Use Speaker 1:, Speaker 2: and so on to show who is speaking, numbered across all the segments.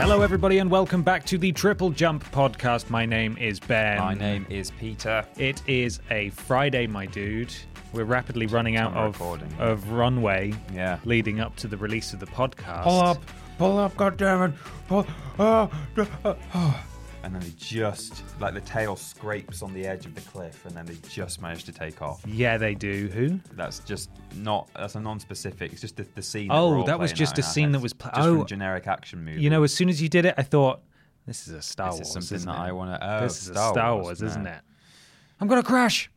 Speaker 1: Hello, everybody, and welcome back to the Triple Jump podcast. My name is Ben.
Speaker 2: My name is Peter.
Speaker 1: It is a Friday, my dude. We're rapidly running out
Speaker 2: Time
Speaker 1: of,
Speaker 2: recording.
Speaker 1: of runway
Speaker 2: Yeah.
Speaker 1: leading up to the release of the podcast.
Speaker 2: Pull up, pull up, goddammit, pull. And then they just, like the tail scrapes on the edge of the cliff, and then they just manage to take off.
Speaker 1: Yeah, they do. Who?
Speaker 2: That's just not. That's a non-specific. It's just the, the scene.
Speaker 1: Oh,
Speaker 2: that, we're all
Speaker 1: that was
Speaker 2: playing
Speaker 1: just
Speaker 2: out
Speaker 1: a
Speaker 2: in our
Speaker 1: scene that
Speaker 2: heads.
Speaker 1: was pla-
Speaker 2: just
Speaker 1: oh.
Speaker 2: from generic action movie.
Speaker 1: You know, as soon as you did it, I thought, this is a Star
Speaker 2: This is
Speaker 1: Wars.
Speaker 2: something
Speaker 1: isn't
Speaker 2: that
Speaker 1: it?
Speaker 2: I wanna- oh,
Speaker 1: this is a
Speaker 2: Star
Speaker 1: Star
Speaker 2: Wars,
Speaker 1: Wars, isn't
Speaker 2: man.
Speaker 1: it? I'm going to crash.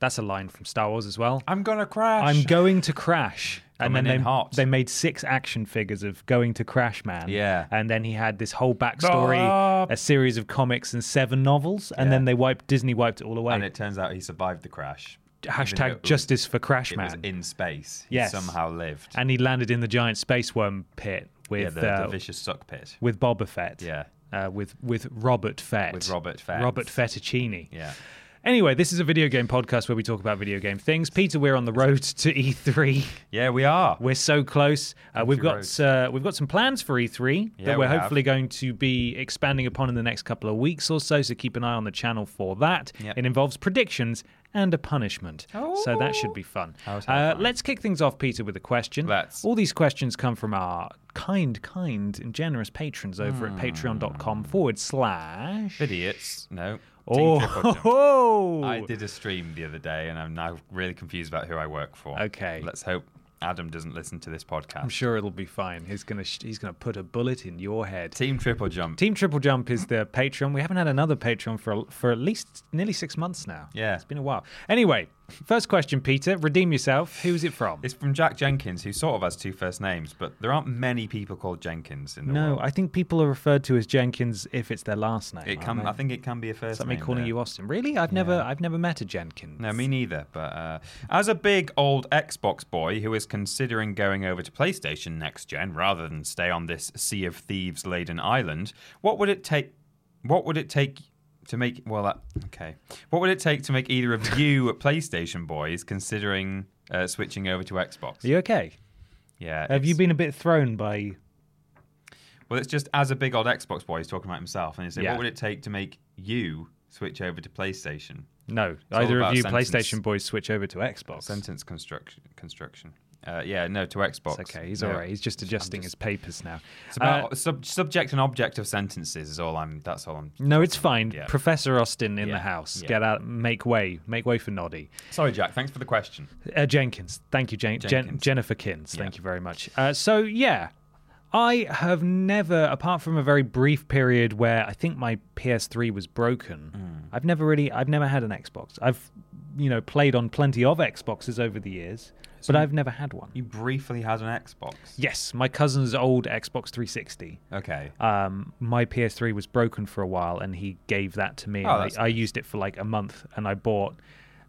Speaker 1: That's a line from Star Wars as well.
Speaker 2: I'm gonna crash.
Speaker 1: I'm going to crash. And then
Speaker 2: Coming
Speaker 1: they,
Speaker 2: in hot.
Speaker 1: they made six action figures of Going to Crash Man.
Speaker 2: Yeah.
Speaker 1: And then he had this whole backstory,
Speaker 2: Ah.
Speaker 1: a series of comics and seven novels. And then
Speaker 2: Yeah.
Speaker 1: they wiped Disney wiped it all away.
Speaker 2: And it turns out he survived the crash. Even though
Speaker 1: Hashtag
Speaker 2: it was-
Speaker 1: justice for Crash
Speaker 2: It
Speaker 1: Man.
Speaker 2: was in space. He
Speaker 1: Yes.
Speaker 2: somehow lived.
Speaker 1: and he landed in the giant space worm pit with
Speaker 2: yeah, the,
Speaker 1: uh,
Speaker 2: the vicious suck pit.
Speaker 1: with Boba Fett.
Speaker 2: Yeah.
Speaker 1: Uh, with with Robert Fett.
Speaker 2: With Robert Fett.
Speaker 1: Robert Fettuccini.
Speaker 2: Yeah.
Speaker 1: Anyway, this is a video game podcast where we talk about video game things. Peter, we're on the road to E E3.
Speaker 2: Yeah, we are.
Speaker 1: We're so close. Uh, we've
Speaker 2: Country
Speaker 1: got uh, we've got some plans for E3
Speaker 2: Yeah,
Speaker 1: that
Speaker 2: we
Speaker 1: we're
Speaker 2: have.
Speaker 1: hopefully going to be expanding upon in the next couple of weeks or so. So keep an eye on the channel for that.
Speaker 2: Yep.
Speaker 1: It involves predictions and a punishment, so that should be fun.
Speaker 2: How
Speaker 1: Uh,
Speaker 2: terrifying.
Speaker 1: let's kick things off, Peter, with a question.
Speaker 2: Let's.
Speaker 1: All these questions come from our kind, kind, and generous patrons over at patreon.com forward slash.
Speaker 2: idiots. No. Hmm. Team
Speaker 1: Oh,
Speaker 2: Triple Jump.
Speaker 1: ho, ho.
Speaker 2: I did a stream the other day, and I'm now really confused about who I work for.
Speaker 1: Okay.
Speaker 2: Let's hope Adam doesn't listen to this podcast.
Speaker 1: I'm sure it'll be fine. He's gonna sh- he's gonna put a bullet in your head.
Speaker 2: Team Triple Jump.
Speaker 1: Team Triple Jump is the Patreon. We haven't had another Patreon for for at least nearly six months now.
Speaker 2: Yeah.
Speaker 1: it's been a while. Anyway, first question, Peter. Redeem yourself. Who's it from?
Speaker 2: It's from Jack Jenkins, who sort of has two first names, but there aren't many people called Jenkins in the
Speaker 1: no,
Speaker 2: world.
Speaker 1: I think people are referred to as Jenkins if it's their last name.
Speaker 2: It can, I think it can be a
Speaker 1: It's
Speaker 2: first
Speaker 1: like me
Speaker 2: name.
Speaker 1: calling
Speaker 2: though.
Speaker 1: you Austin. Really? I've never I've never met a Jenkins.
Speaker 2: No, me neither. But uh, as a big old Xbox boy who is considering going over to PlayStation next gen rather than stay on this sea of thieves laden island, what would it take? What would it take to make? Well, that, okay. What would it take to make either of you PlayStation boys considering uh, switching over to Xbox?
Speaker 1: Are you okay?
Speaker 2: yeah.
Speaker 1: Have you
Speaker 2: it's-
Speaker 1: been a bit thrown by?
Speaker 2: Well, it's just as a big old Xbox boy, he's talking about himself, and he said,
Speaker 1: Yeah.
Speaker 2: "What would it take to make you switch over to PlayStation?"
Speaker 1: No,
Speaker 2: all
Speaker 1: either of
Speaker 2: about
Speaker 1: you
Speaker 2: sentence.
Speaker 1: PlayStation boys switch over to Xbox.
Speaker 2: Sentence construction. Construction. Uh, yeah, no, to Xbox.
Speaker 1: It's okay, he's
Speaker 2: No.
Speaker 1: all right. He's just adjusting his papers now. Uh,
Speaker 2: It's about sub- subject and object of sentences. Is all I'm. That's all I'm.
Speaker 1: No, it's fine.
Speaker 2: Yeah.
Speaker 1: Professor Austin in the
Speaker 2: Yeah,
Speaker 1: house.
Speaker 2: yeah.
Speaker 1: Get out. Make way. Make way for Noddy.
Speaker 2: Sorry, Jack. Thanks for the question.
Speaker 1: Uh, Jenkins. Thank you, Jen- Jen-
Speaker 2: Jenkins.
Speaker 1: Jennifer Kins. Thank you very much. Uh, so, yeah, I have never, apart from a very brief period where I think my PS3 was broken,
Speaker 2: Mm.
Speaker 1: I've never really, I've never had an Xbox. I've, you know, played on plenty of Xboxes over the years, but I've never had one.
Speaker 2: You briefly had an Xbox.
Speaker 1: Yes, my cousin's old Xbox 360.
Speaker 2: Okay.
Speaker 1: um, my PS3 was broken for a while, and he gave that to me.
Speaker 2: Oh,
Speaker 1: and I,
Speaker 2: that's
Speaker 1: I used it for like a month, and I bought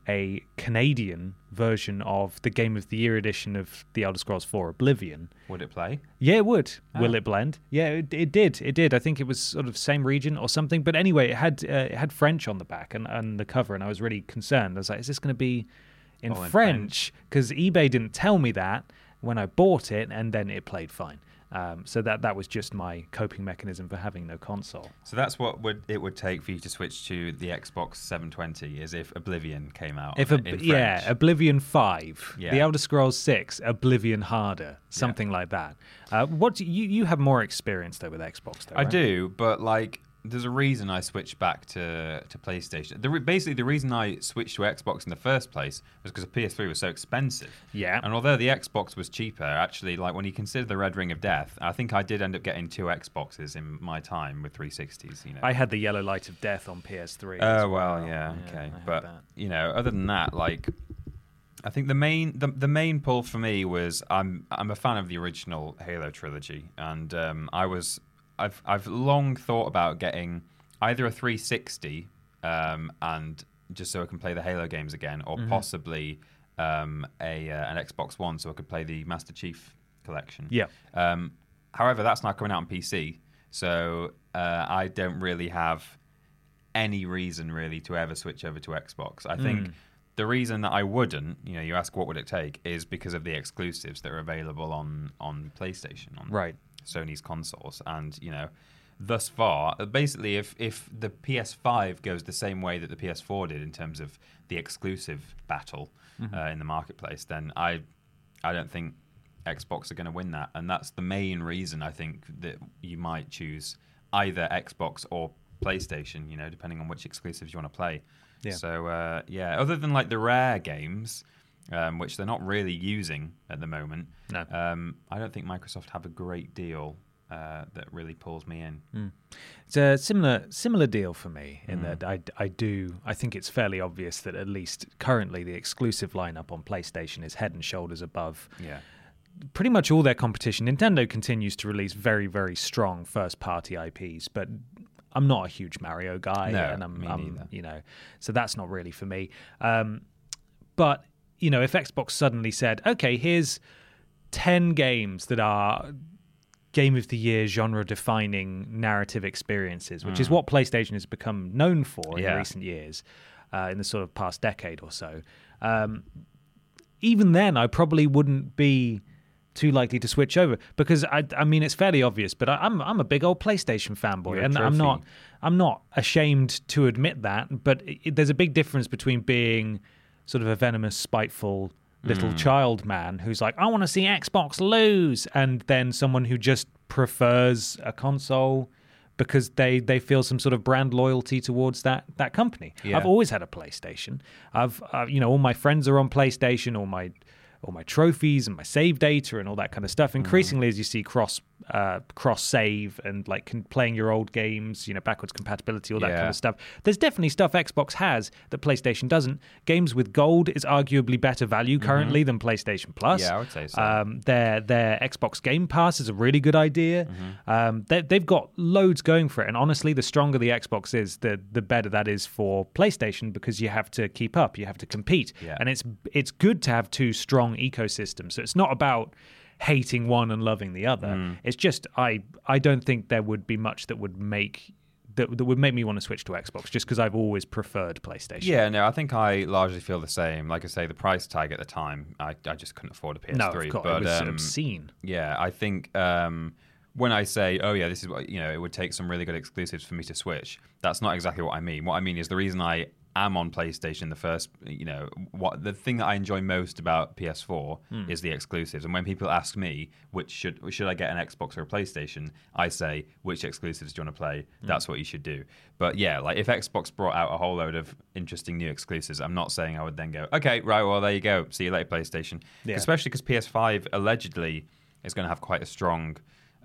Speaker 1: a Canadian version of the Game of the Year edition of The Elder Scrolls 4 Oblivion.
Speaker 2: Would it play?
Speaker 1: Yeah, it would. Will it blend? Yeah, it, it did. It did. I think it was sort of same region or something. But anyway, it had uh, it had French on the back and, and the cover, and I was really concerned. I was like, is this going to be Oh, in
Speaker 2: All in
Speaker 1: French? Because eBay didn't tell me that when I bought it, and then it played fine. Um, so that that was just my coping mechanism for having no console.
Speaker 2: So that's what would it would take for you to switch to the Xbox 720 is if Oblivion came out.
Speaker 1: If
Speaker 2: on it
Speaker 1: Ob-
Speaker 2: in
Speaker 1: yeah,
Speaker 2: French.
Speaker 1: Oblivion Five,
Speaker 2: Yeah.
Speaker 1: The Elder Scrolls Six, Oblivion Harder, something like that. Uh, what do you you have more experience though with Xbox? Though,
Speaker 2: I
Speaker 1: right?
Speaker 2: do, but like there's a reason I switched back to to PlayStation. The re- basically the reason I switched to Xbox in the first place was because the PS3 was so expensive.
Speaker 1: Yeah.
Speaker 2: And although the Xbox was cheaper, actually, like when you consider the Red Ring of Death, I think I did end up getting two Xboxes in my time with 360s. You know.
Speaker 1: I had the Yellow Light of Death on PS3. as
Speaker 2: Oh well, yeah, okay,
Speaker 1: I had
Speaker 2: but
Speaker 1: that.
Speaker 2: you know, other than that, like, I think the main the, the main pull for me was I'm I'm a fan of the original Halo trilogy, and um, I was I've I've long thought about getting either a 360 um, and just so I can play the Halo games again, or
Speaker 1: Mm-hmm.
Speaker 2: possibly um, a uh, an Xbox One so I could play the Master Chief collection.
Speaker 1: Yeah.
Speaker 2: Um, however, that's not coming out on PC, so uh, I don't really have any reason really to ever switch over to Xbox. I think the reason that I wouldn't, you know, you ask what would it take, is because of the exclusives that are available on on PlayStation, on
Speaker 1: Right.
Speaker 2: Sony's consoles, and you know, thus far, uh, basically, if if the PS5 goes the same way that the PS4 did in terms of the exclusive battle uh, in the marketplace, then I I don't think Xbox are going to win that, and that's the main reason I think that you might choose either Xbox or PlayStation, you know, depending on which exclusives you want to play.
Speaker 1: Yeah.
Speaker 2: So uh, yeah, other than like the rare games, um, which they're not really using at the moment,
Speaker 1: No.
Speaker 2: um, I don't think Microsoft have a great deal uh, that really pulls me in.
Speaker 1: Hmm. It's a similar similar deal for me in that I, I do I think it's fairly obvious that at least currently the exclusive lineup on PlayStation is head and shoulders above
Speaker 2: Yeah,
Speaker 1: pretty much all their competition. Nintendo continues to release very very strong first party IPs, but I'm not a huge Mario guy,
Speaker 2: No,
Speaker 1: and I'm,
Speaker 2: me
Speaker 1: I'm-
Speaker 2: neither.
Speaker 1: you know, so that's not really for me. Um, but you know, if Xbox suddenly said, "Okay, here's ten games that are game of the year genre defining narrative experiences, which is what PlayStation has become known for in
Speaker 2: Hmm. Yeah.
Speaker 1: recent years, uh, in the sort of past decade or so. Um, even then, I probably wouldn't be too likely to switch over because I, I mean, it's fairly obvious, but I, I'm I'm a big old PlayStation fanboy,
Speaker 2: You're a
Speaker 1: and I'm
Speaker 2: trophy.
Speaker 1: not I'm not ashamed to admit that. But it, it- there's a big difference between being sort of a venomous, spiteful little child man who's like, I want to see Xbox lose, and then someone who just prefers a console because they, they feel some sort of brand loyalty towards that that company.
Speaker 2: Yeah.
Speaker 1: I've always had a PlayStation. I've uh, you know all my friends are on PlayStation. All my all my trophies and my save data and all that kind of
Speaker 2: Mm-hmm.
Speaker 1: stuff. Increasingly, as you see cross uh, cross save and like con- playing your old games, you know backwards compatibility, all that kind
Speaker 2: Yeah.
Speaker 1: of stuff. There's definitely stuff Xbox has that PlayStation doesn't. Games with gold is arguably better value currently than PlayStation Plus.
Speaker 2: Mm-hmm. Yeah, I would say so.
Speaker 1: Um, their their Xbox Game Pass is a really good idea.
Speaker 2: Mm-hmm.
Speaker 1: Um, they, they've got loads going for it, and honestly, the stronger the Xbox is, the the better that is for PlayStation because you have to keep up, you have to compete,
Speaker 2: Yeah.
Speaker 1: and it's it's good to have two strong ecosystems. So it's not about hating one and loving the other.
Speaker 2: Mm.
Speaker 1: It's just I I don't think there would be much that would make. That, that would make me want to switch to Xbox just because I've always preferred PlayStation.
Speaker 2: yeah, no, I think I largely feel the same. Like I say, the price tag at the time, I, I just couldn't afford a PS3.
Speaker 1: no, of course,
Speaker 2: but
Speaker 1: it was
Speaker 2: um,
Speaker 1: obscene.
Speaker 2: Yeah, I think um, when I say, oh yeah, this is what you know, it would take some really good exclusives for me to switch. That's not exactly what I mean. What I mean is the reason I am on PlayStation the first, you know, what the thing that I enjoy most about PS4 is the exclusives. And when people ask me which should should I get an Xbox or a PlayStation, I say which exclusives do you want to play? That's what you should do. But yeah, like if Xbox brought out a whole load of interesting new exclusives, I'm not saying I would then go, okay, right, well there you go, see you later PlayStation.
Speaker 1: Yeah.
Speaker 2: Especially because PS5 allegedly is going to have quite a strong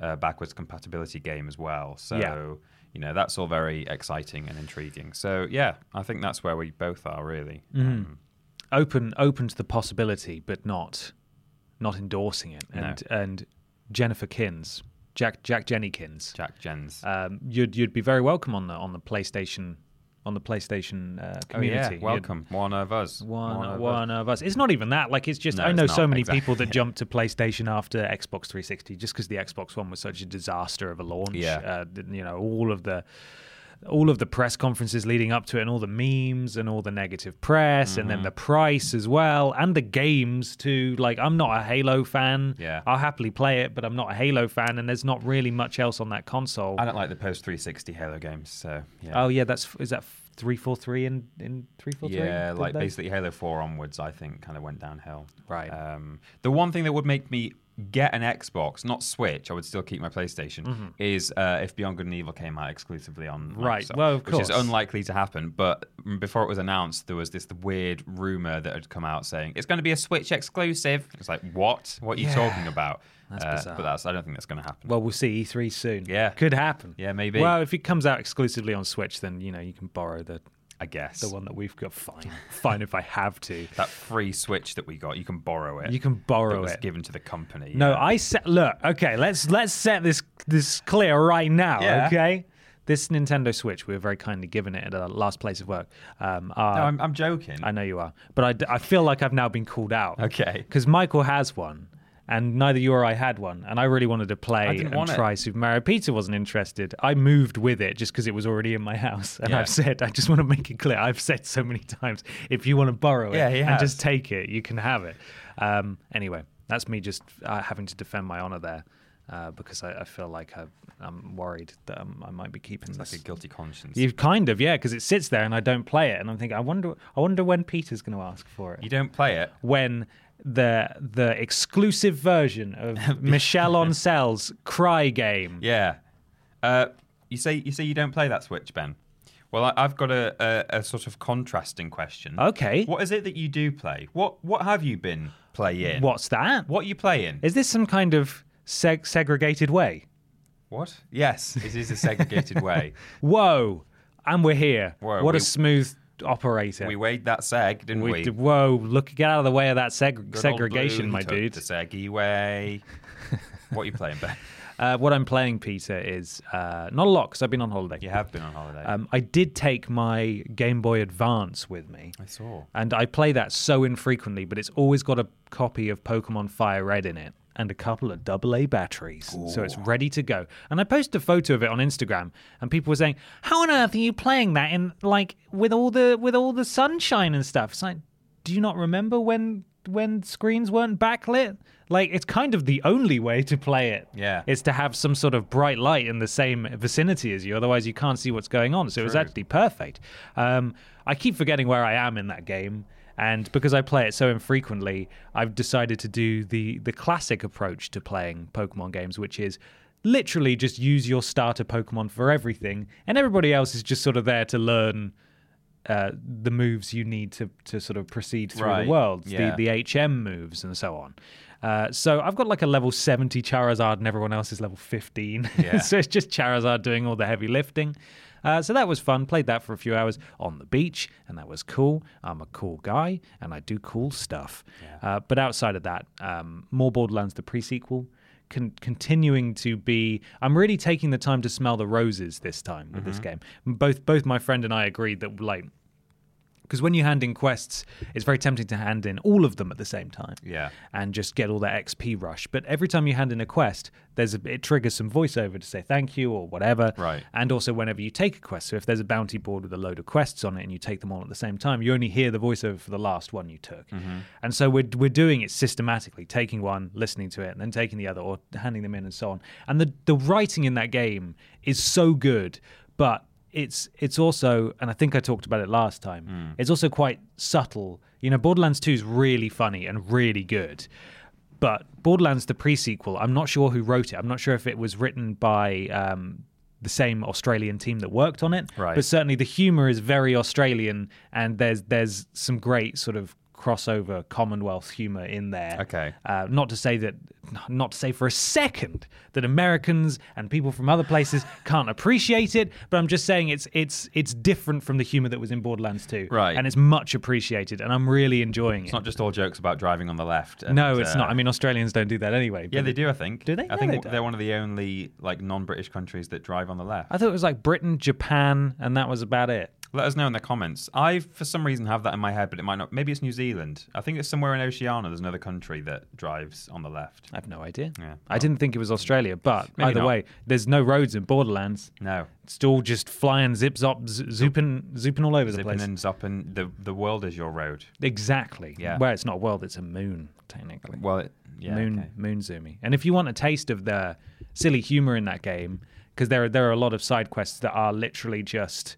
Speaker 2: uh, backwards compatibility game as well. So,
Speaker 1: Yeah.
Speaker 2: you know, that's all very exciting and intriguing. So, yeah, I think that's where we both are really.
Speaker 1: Mm-hmm.
Speaker 2: Um,
Speaker 1: open open to the possibility, but not not endorsing it.
Speaker 2: No.
Speaker 1: And and Jennifer Kins, Jack Jack Jennykins,
Speaker 2: Jack Jens.
Speaker 1: um, you'd you'd be very welcome on the on the PlayStation on the PlayStation uh,
Speaker 2: oh, yeah,
Speaker 1: community. You'd-
Speaker 2: welcome. One of us.
Speaker 1: One, one,
Speaker 2: of
Speaker 1: of,
Speaker 2: us.
Speaker 1: us. It's not even that. Like, it's just,
Speaker 2: No,
Speaker 1: I know
Speaker 2: it's
Speaker 1: so
Speaker 2: not,
Speaker 1: many
Speaker 2: exactly.
Speaker 1: people that jumped to PlayStation after Xbox 360 just because the Xbox One was such a disaster of a launch.
Speaker 2: Yeah.
Speaker 1: Uh, th- you know, all of the all of the press conferences leading up to it and all the memes and all the negative press and
Speaker 2: Mm-hmm.
Speaker 1: then the price as well and the games too like i'm not a halo fan
Speaker 2: Yeah.
Speaker 1: i'll happily play it but i'm not a halo fan and there's not really much else on that console
Speaker 2: I don't like the post 360 Halo games, so yeah.
Speaker 1: oh yeah that's is that 343 in in 343
Speaker 2: Yeah,
Speaker 1: Did
Speaker 2: like
Speaker 1: they-
Speaker 2: basically Halo 4 onwards, I think, kind of went downhill.
Speaker 1: Right.
Speaker 2: Um, the one thing that would make me get an Xbox, not Switch, I would still keep my PlayStation, is uh, if Beyond Good and Evil came out exclusively on
Speaker 1: Mm-hmm. Right,
Speaker 2: Microsoft,
Speaker 1: well, of
Speaker 2: Which is
Speaker 1: course.
Speaker 2: unlikely to happen, but mm, before it was announced, there was this weird rumor that had come out saying, it's going to be a Switch exclusive. It's like, what? What are you talking about? That's
Speaker 1: bizarre.
Speaker 2: But that's, I don't think that's going to happen.
Speaker 1: well, we'll see E3 soon.
Speaker 2: Yeah.
Speaker 1: Could happen.
Speaker 2: Yeah, maybe.
Speaker 1: Well, if it comes out exclusively on Switch, then, you know, you can borrow the
Speaker 2: I guess.
Speaker 1: the one that we've got. Fine. Fine if I have to.
Speaker 2: That free Switch that we got, you can borrow it.
Speaker 1: You can borrow
Speaker 2: that was
Speaker 1: it.
Speaker 2: given to the company.
Speaker 1: No,
Speaker 2: yeah.
Speaker 1: I set. Look, okay, let's let's set this this clear right now.
Speaker 2: Yeah.
Speaker 1: Okay, this Nintendo Switch, we were very kindly given it at our last place of work. Um, uh,
Speaker 2: No, I'm, I'm joking.
Speaker 1: I know you are, but I d- I, feel like I've now been called out.
Speaker 2: Okay.
Speaker 1: because Michael has one. And neither you or I had one, and I really wanted to play
Speaker 2: didn't
Speaker 1: and
Speaker 2: want it.
Speaker 1: try Super Mario. Peter wasn't interested. I moved with it just because it was already in my house, and
Speaker 2: Yeah.
Speaker 1: I've said I just want to make it clear. I've said so many times, if you want to borrow it
Speaker 2: Yeah, he
Speaker 1: and
Speaker 2: has.
Speaker 1: just take it, you can have it. Um, anyway, that's me just uh, having to defend my honor there uh, because I, I feel like I, I'm worried that um, I might be keeping
Speaker 2: It's
Speaker 1: this.
Speaker 2: like a guilty conscience.
Speaker 1: You kind of, yeah, because it sits there and I don't play it, and I'm thinking, I wonder, I wonder when Peter's going to ask for it.
Speaker 2: You don't play it.
Speaker 1: When the the exclusive version of Michelle on Cell's Cry game.
Speaker 2: Yeah. Uh, you say you say you don't play that Switch, Ben. Well, I, I've got a, a, a sort of contrasting question.
Speaker 1: Okay.
Speaker 2: What is it that you do play? What what have you been playing?
Speaker 1: What's that?
Speaker 2: What are you playing?
Speaker 1: Is this some kind of seg- segregated way?
Speaker 2: what? Yes, it is a segregated way.
Speaker 1: Whoa, and we're here.
Speaker 2: Whoa,
Speaker 1: what
Speaker 2: we-
Speaker 1: a smooth operator.
Speaker 2: We weighed that seg, didn't we?
Speaker 1: We d- whoa, look, get out of the way of that seg-
Speaker 2: Good old
Speaker 1: segregation,
Speaker 2: Bloom
Speaker 1: my
Speaker 2: took
Speaker 1: dude.
Speaker 2: The seggy way. what are you playing, Ben?
Speaker 1: Uh, what I'm playing, Peter, is uh, not a lot because I've been on holiday.
Speaker 2: You have been on holiday.
Speaker 1: Um, I did take my Game Boy Advance with me.
Speaker 2: I saw.
Speaker 1: And I play that so infrequently, but it's always got a copy of Pokemon Fire Red in it and a couple of AA batteries. So it's ready to go. And I posted a photo of it on Instagram and people were saying, "How on earth are you playing that in like with all the with all the sunshine and stuff?" It's like, "Do you not remember when when screens weren't backlit?" Like it's kind of the only way to play it
Speaker 2: Yeah.
Speaker 1: is to have some sort of bright light in the same vicinity as you. Otherwise, you can't see what's going on. So it was actually perfect. Um, I keep forgetting where I am in that game, and because I play it so infrequently, I've decided to do the the classic approach to playing Pokemon games, which is literally just use your starter Pokemon for everything, and everybody else is just sort of there to learn. Uh, the moves you need to, to sort of proceed through
Speaker 2: Right,
Speaker 1: the world,
Speaker 2: yeah.
Speaker 1: the, the HM moves and so on. Uh, so I've got like a level 70 Charizard and everyone else is level 15.
Speaker 2: Yeah.
Speaker 1: so it's just Charizard doing all the heavy lifting. Uh, so that was fun. Played that for a few hours on the beach, and that was cool. I'm a cool guy, and I do cool stuff. Uh, but outside of that, um, more Borderlands, the prequel, con- continuing to be. I'm really taking the time to smell the roses this time with
Speaker 2: Mm-hmm.
Speaker 1: this game. Both both my friend and I agreed that like because when you hand in quests, it's very tempting to hand in all of them at the same time.
Speaker 2: Yeah.
Speaker 1: And just get all that XP rush. But every time you hand in a quest, there's a, it triggers some voiceover to say thank you or whatever.
Speaker 2: Right.
Speaker 1: And also whenever you take a quest. So if there's a bounty board with a load of quests on it and you take them all at the same time, you only hear the voiceover for the last one you took. And so we're, we're doing it systematically, taking one, listening to it, and then taking the other or handing them in and so on. And the, the writing in that game is so good, but it's it's also and I think I talked about it last time. It's also quite subtle. You know, Borderlands 2 is really funny and really good. But Borderlands the prequel, I'm not sure who wrote it. I'm not sure if it was written by um, the same Australian team that worked on it.
Speaker 2: Right.
Speaker 1: But certainly the humor is very Australian and there's there's some great sort of crossover Commonwealth humor in there.
Speaker 2: Okay.
Speaker 1: Uh, not to say that, not to say for a second that Americans and people from other places can't appreciate it, but I'm just saying it's it's it's different from the humor that was in Borderlands 2.
Speaker 2: Right.
Speaker 1: And it's much appreciated, and I'm really enjoying
Speaker 2: It's
Speaker 1: it.
Speaker 2: not just all jokes about driving on the left. and,
Speaker 1: no, it's
Speaker 2: uh,
Speaker 1: not. I mean, Australians don't do that anyway.
Speaker 2: Yeah,
Speaker 1: but-
Speaker 2: they do. I think.
Speaker 1: Do they?
Speaker 2: I
Speaker 1: No,
Speaker 2: think
Speaker 1: they
Speaker 2: w- they're
Speaker 1: don't.
Speaker 2: one of the only like non-British countries that drive on the left.
Speaker 1: I thought it was like Britain, Japan, and that was about it.
Speaker 2: Let us know in the comments. I, for some reason, have that in my head, but it might not. Maybe it's New Zealand. I think it's somewhere in Oceania. There's another country that drives on the left.
Speaker 1: I have no idea.
Speaker 2: Yeah.
Speaker 1: I didn't think it was Australia, but
Speaker 2: Maybe
Speaker 1: either
Speaker 2: not.
Speaker 1: way, there's no roads in Borderlands.
Speaker 2: No.
Speaker 1: It's all just flying zip zop, z- zooping, zooping all over the
Speaker 2: Zipping
Speaker 1: place.
Speaker 2: and zopping. The, the world is your road.
Speaker 1: Exactly.
Speaker 2: Yeah.
Speaker 1: Well, it's not a world; it's a moon, technically.
Speaker 2: Well, it, yeah.
Speaker 1: moon,
Speaker 2: okay.
Speaker 1: moon zoomy. And if you want a taste of the silly humor in that game, because there are there are a lot of side quests that are literally just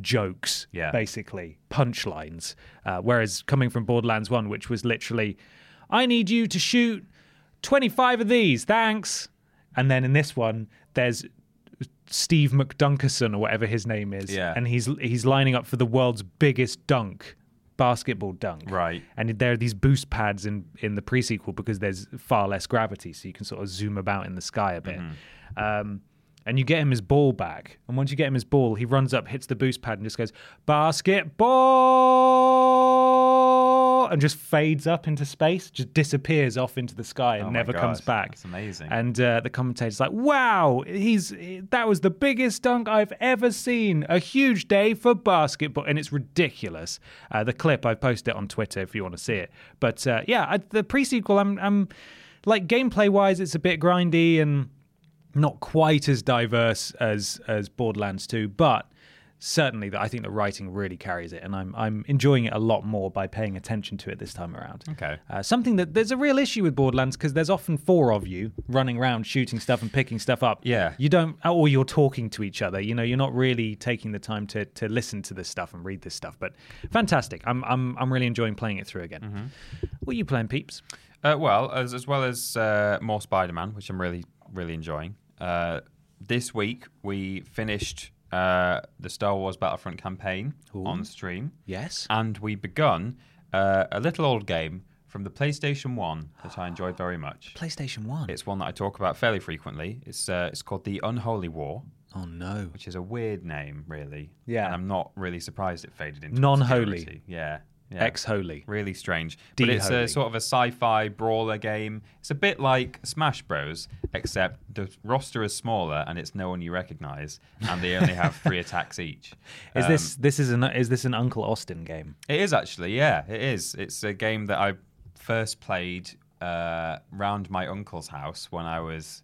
Speaker 1: jokes,
Speaker 2: Yeah.
Speaker 1: basically punchlines. Uh, whereas coming from Borderlands One, which was literally, I need you to shoot twenty five of these, thanks. And then in this one, there's Steve McDunkerson or whatever his name is,
Speaker 2: Yeah.
Speaker 1: and he's he's lining up for the world's biggest dunk, basketball dunk.
Speaker 2: Right.
Speaker 1: And there are these boost pads in in the prequel because there's far less gravity, so you can sort of zoom about in the sky a bit.
Speaker 2: Mm-hmm.
Speaker 1: Um, and you get him his ball back, and once you get him his ball, he runs up, hits the boost pad, and just goes basketball, and just fades up into space, just disappears off into the sky, and
Speaker 2: Oh my
Speaker 1: never comes
Speaker 2: gosh,
Speaker 1: back.
Speaker 2: that's amazing.
Speaker 1: And uh, the commentator's like, "Wow, he's that was the biggest dunk I've ever seen. A huge day for basketball, and it's ridiculous." Uh, the clip I posted it on Twitter if you want to see it. But uh, yeah, I, the pre-sequel, I'm, I'm like gameplay wise, it's a bit grindy and not quite as diverse as as Borderlands 2, but certainly that I think the writing really carries it, and I'm I'm enjoying it a lot more by paying attention to it this time around.
Speaker 2: Okay.
Speaker 1: Uh, something that there's a real issue with Borderlands because there's often four of you running around shooting stuff and picking stuff up.
Speaker 2: Yeah.
Speaker 1: You don't, or you're talking to each other. You know, you're not really taking the time to to listen to this stuff and read this stuff. But fantastic. I'm I'm I'm really enjoying playing it through again.
Speaker 2: Mm-hmm.
Speaker 1: What are you playing, peeps?
Speaker 2: Uh, well, as, as well as uh, more Spider Man, which I'm really, really enjoying. Uh, this week, we finished uh, the Star Wars Battlefront campaign on stream.
Speaker 1: Yes.
Speaker 2: And we begun uh, a little old game from the PlayStation 1 that I enjoyed very much.
Speaker 1: PlayStation One.
Speaker 2: It's one that I talk about fairly frequently. It's, uh, it's called The Unholy War,
Speaker 1: oh no.
Speaker 2: which is a weird name, really.
Speaker 1: Yeah.
Speaker 2: And I'm not really surprised it faded into
Speaker 1: Non-holy.
Speaker 2: obscurity. Yeah. yeah.
Speaker 1: Ex holy.
Speaker 2: Really strange. But it's
Speaker 1: D-Holy.
Speaker 2: a sort of a sci-fi brawler game. It's a bit like Smash Bros, except the roster is smaller and it's no one you recognise, and they only have three attacks each.
Speaker 1: Is
Speaker 2: Um,
Speaker 1: this this is an is this an Uncle Austin game?
Speaker 2: It is actually, yeah, it is. It's a game that I first played uh, round my uncle's house when I was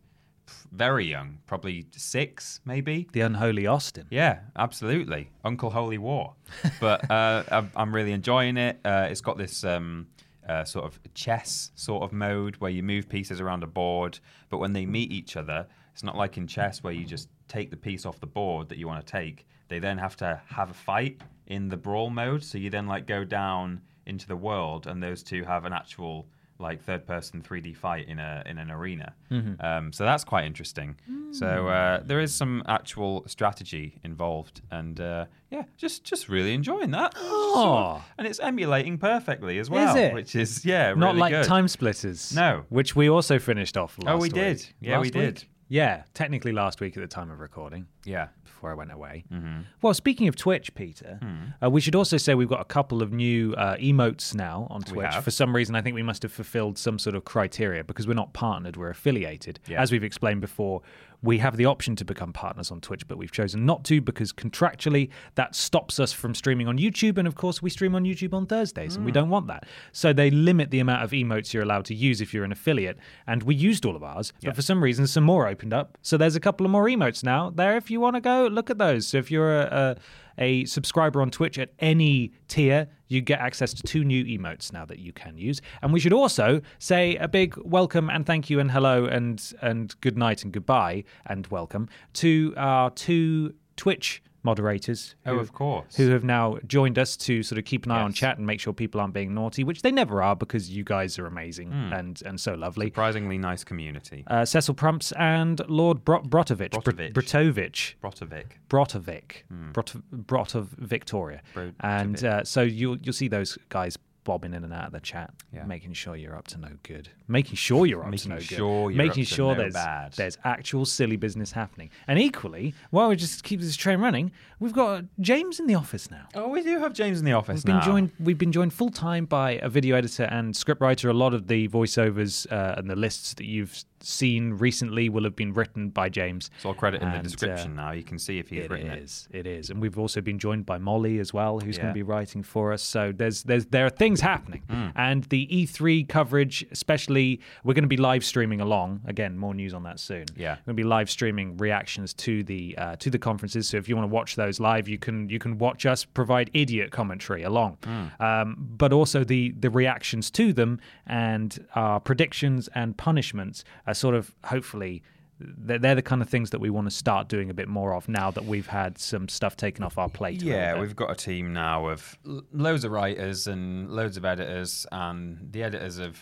Speaker 2: very young, probably six, maybe.
Speaker 1: The Unholy Austin.
Speaker 2: Yeah, absolutely. Uncle Holy War. But uh, I'm, I'm really enjoying it. Uh, it's got this um, uh, sort of chess sort of mode where you move pieces around a board, but when they meet each other, it's not like in chess where you just take the piece off the board that you want to take. They then have to have a fight in the brawl mode. So you then like go down into the world, and those two have an actual like third person 3D fight in a in an arena. Um, so that's quite interesting. So
Speaker 1: Mm.
Speaker 2: uh, there is some actual strategy involved, and uh, yeah, just just really enjoying that.
Speaker 1: Aw.
Speaker 2: and it's emulating perfectly as well,
Speaker 1: it?
Speaker 2: which is yeah,
Speaker 1: Not
Speaker 2: really
Speaker 1: like
Speaker 2: good.
Speaker 1: Time Splitters.
Speaker 2: No.
Speaker 1: Which we also finished off last
Speaker 2: Oh, we
Speaker 1: week.
Speaker 2: did. Yeah,
Speaker 1: Last
Speaker 2: we did.
Speaker 1: week? Yeah, technically last week at the time of recording.
Speaker 2: Yeah,
Speaker 1: before I went away.
Speaker 2: Mm-hmm.
Speaker 1: Well, speaking of Twitch, Peter,
Speaker 2: Hmm.
Speaker 1: uh, we should also say we've got a couple of new uh, emotes now on Twitch.
Speaker 2: have.
Speaker 1: For some reason, I think we must have fulfilled some sort of criteria because we're not partnered, we're affiliated.
Speaker 2: Yeah.
Speaker 1: As we've explained before, we have the option to become partners on Twitch, but we've chosen not to because contractually that stops us from streaming on YouTube. And of course, we stream on YouTube on Thursdays and we
Speaker 2: Hmm.
Speaker 1: don't want that. So they limit the amount of emotes you're allowed to use if you're an affiliate. And we used all of ours, but for some reason, some more opened up. So there's a couple of more emotes now there if you want to go look at those. So if you're a, a, a subscriber on Twitch at any tier, you get access to two new emotes now that you can use. And we should also say a big welcome and thank you and hello and and good night and goodbye and welcome to our two Twitch moderators.
Speaker 2: Oh, of course.
Speaker 1: Who have now joined us to sort of keep an eye on
Speaker 2: Yes.
Speaker 1: chat and make sure people aren't being naughty, which they never are because you guys are amazing
Speaker 2: Hmm.
Speaker 1: and and so lovely.
Speaker 2: surprisingly nice community.
Speaker 1: Uh, Cecil Prumps and Lord Bro- Brotovich.
Speaker 2: Brotovich. hmm.
Speaker 1: Brotovich.
Speaker 2: Brotovic.
Speaker 1: Brotovic, Brot- Brotov Victoria,
Speaker 2: Brotovic.
Speaker 1: and uh, so you'll you'll see those guys bobbing in and out of the chat,
Speaker 2: Yeah.
Speaker 1: making sure you're up to no good, making sure you're up to
Speaker 2: Making
Speaker 1: no
Speaker 2: sure
Speaker 1: good,
Speaker 2: you're
Speaker 1: making
Speaker 2: up to
Speaker 1: sure
Speaker 2: no
Speaker 1: there's
Speaker 2: bad.
Speaker 1: there's actual silly business happening, and equally while we just keep this train running, we've got James in the office now.
Speaker 2: Oh, we do have James in the office
Speaker 1: We've been
Speaker 2: now.
Speaker 1: joined. We've been joined full time by a video editor and scriptwriter. A lot of the voiceovers uh, and the lists that you've seen recently will have been written by James.
Speaker 2: It's all credit in
Speaker 1: And,
Speaker 2: the
Speaker 1: uh,
Speaker 2: description now. You can see if he's
Speaker 1: It
Speaker 2: written it.
Speaker 1: is. It is. And we've also been joined by Molly as well, who's going
Speaker 2: Yeah. Hmm.
Speaker 1: to be writing for us. So there's there's there are things happening. And the E3 coverage, especially, we're going to be live streaming along. Again, more news on that soon.
Speaker 2: Yeah.
Speaker 1: we're going to be live streaming reactions to the uh, to the conferences. So if you want to watch those live, you can you can watch us provide idiot commentary along,
Speaker 2: Hmm.
Speaker 1: um, but also the the reactions to them and our predictions and punishments are sort of hopefully they're, they're the kind of things that we want to start doing a bit more of now that we've had some stuff taken off our plate. a little
Speaker 2: Yeah,
Speaker 1: bit.
Speaker 2: we've got a team now of l- loads of writers and loads of editors, and the editors have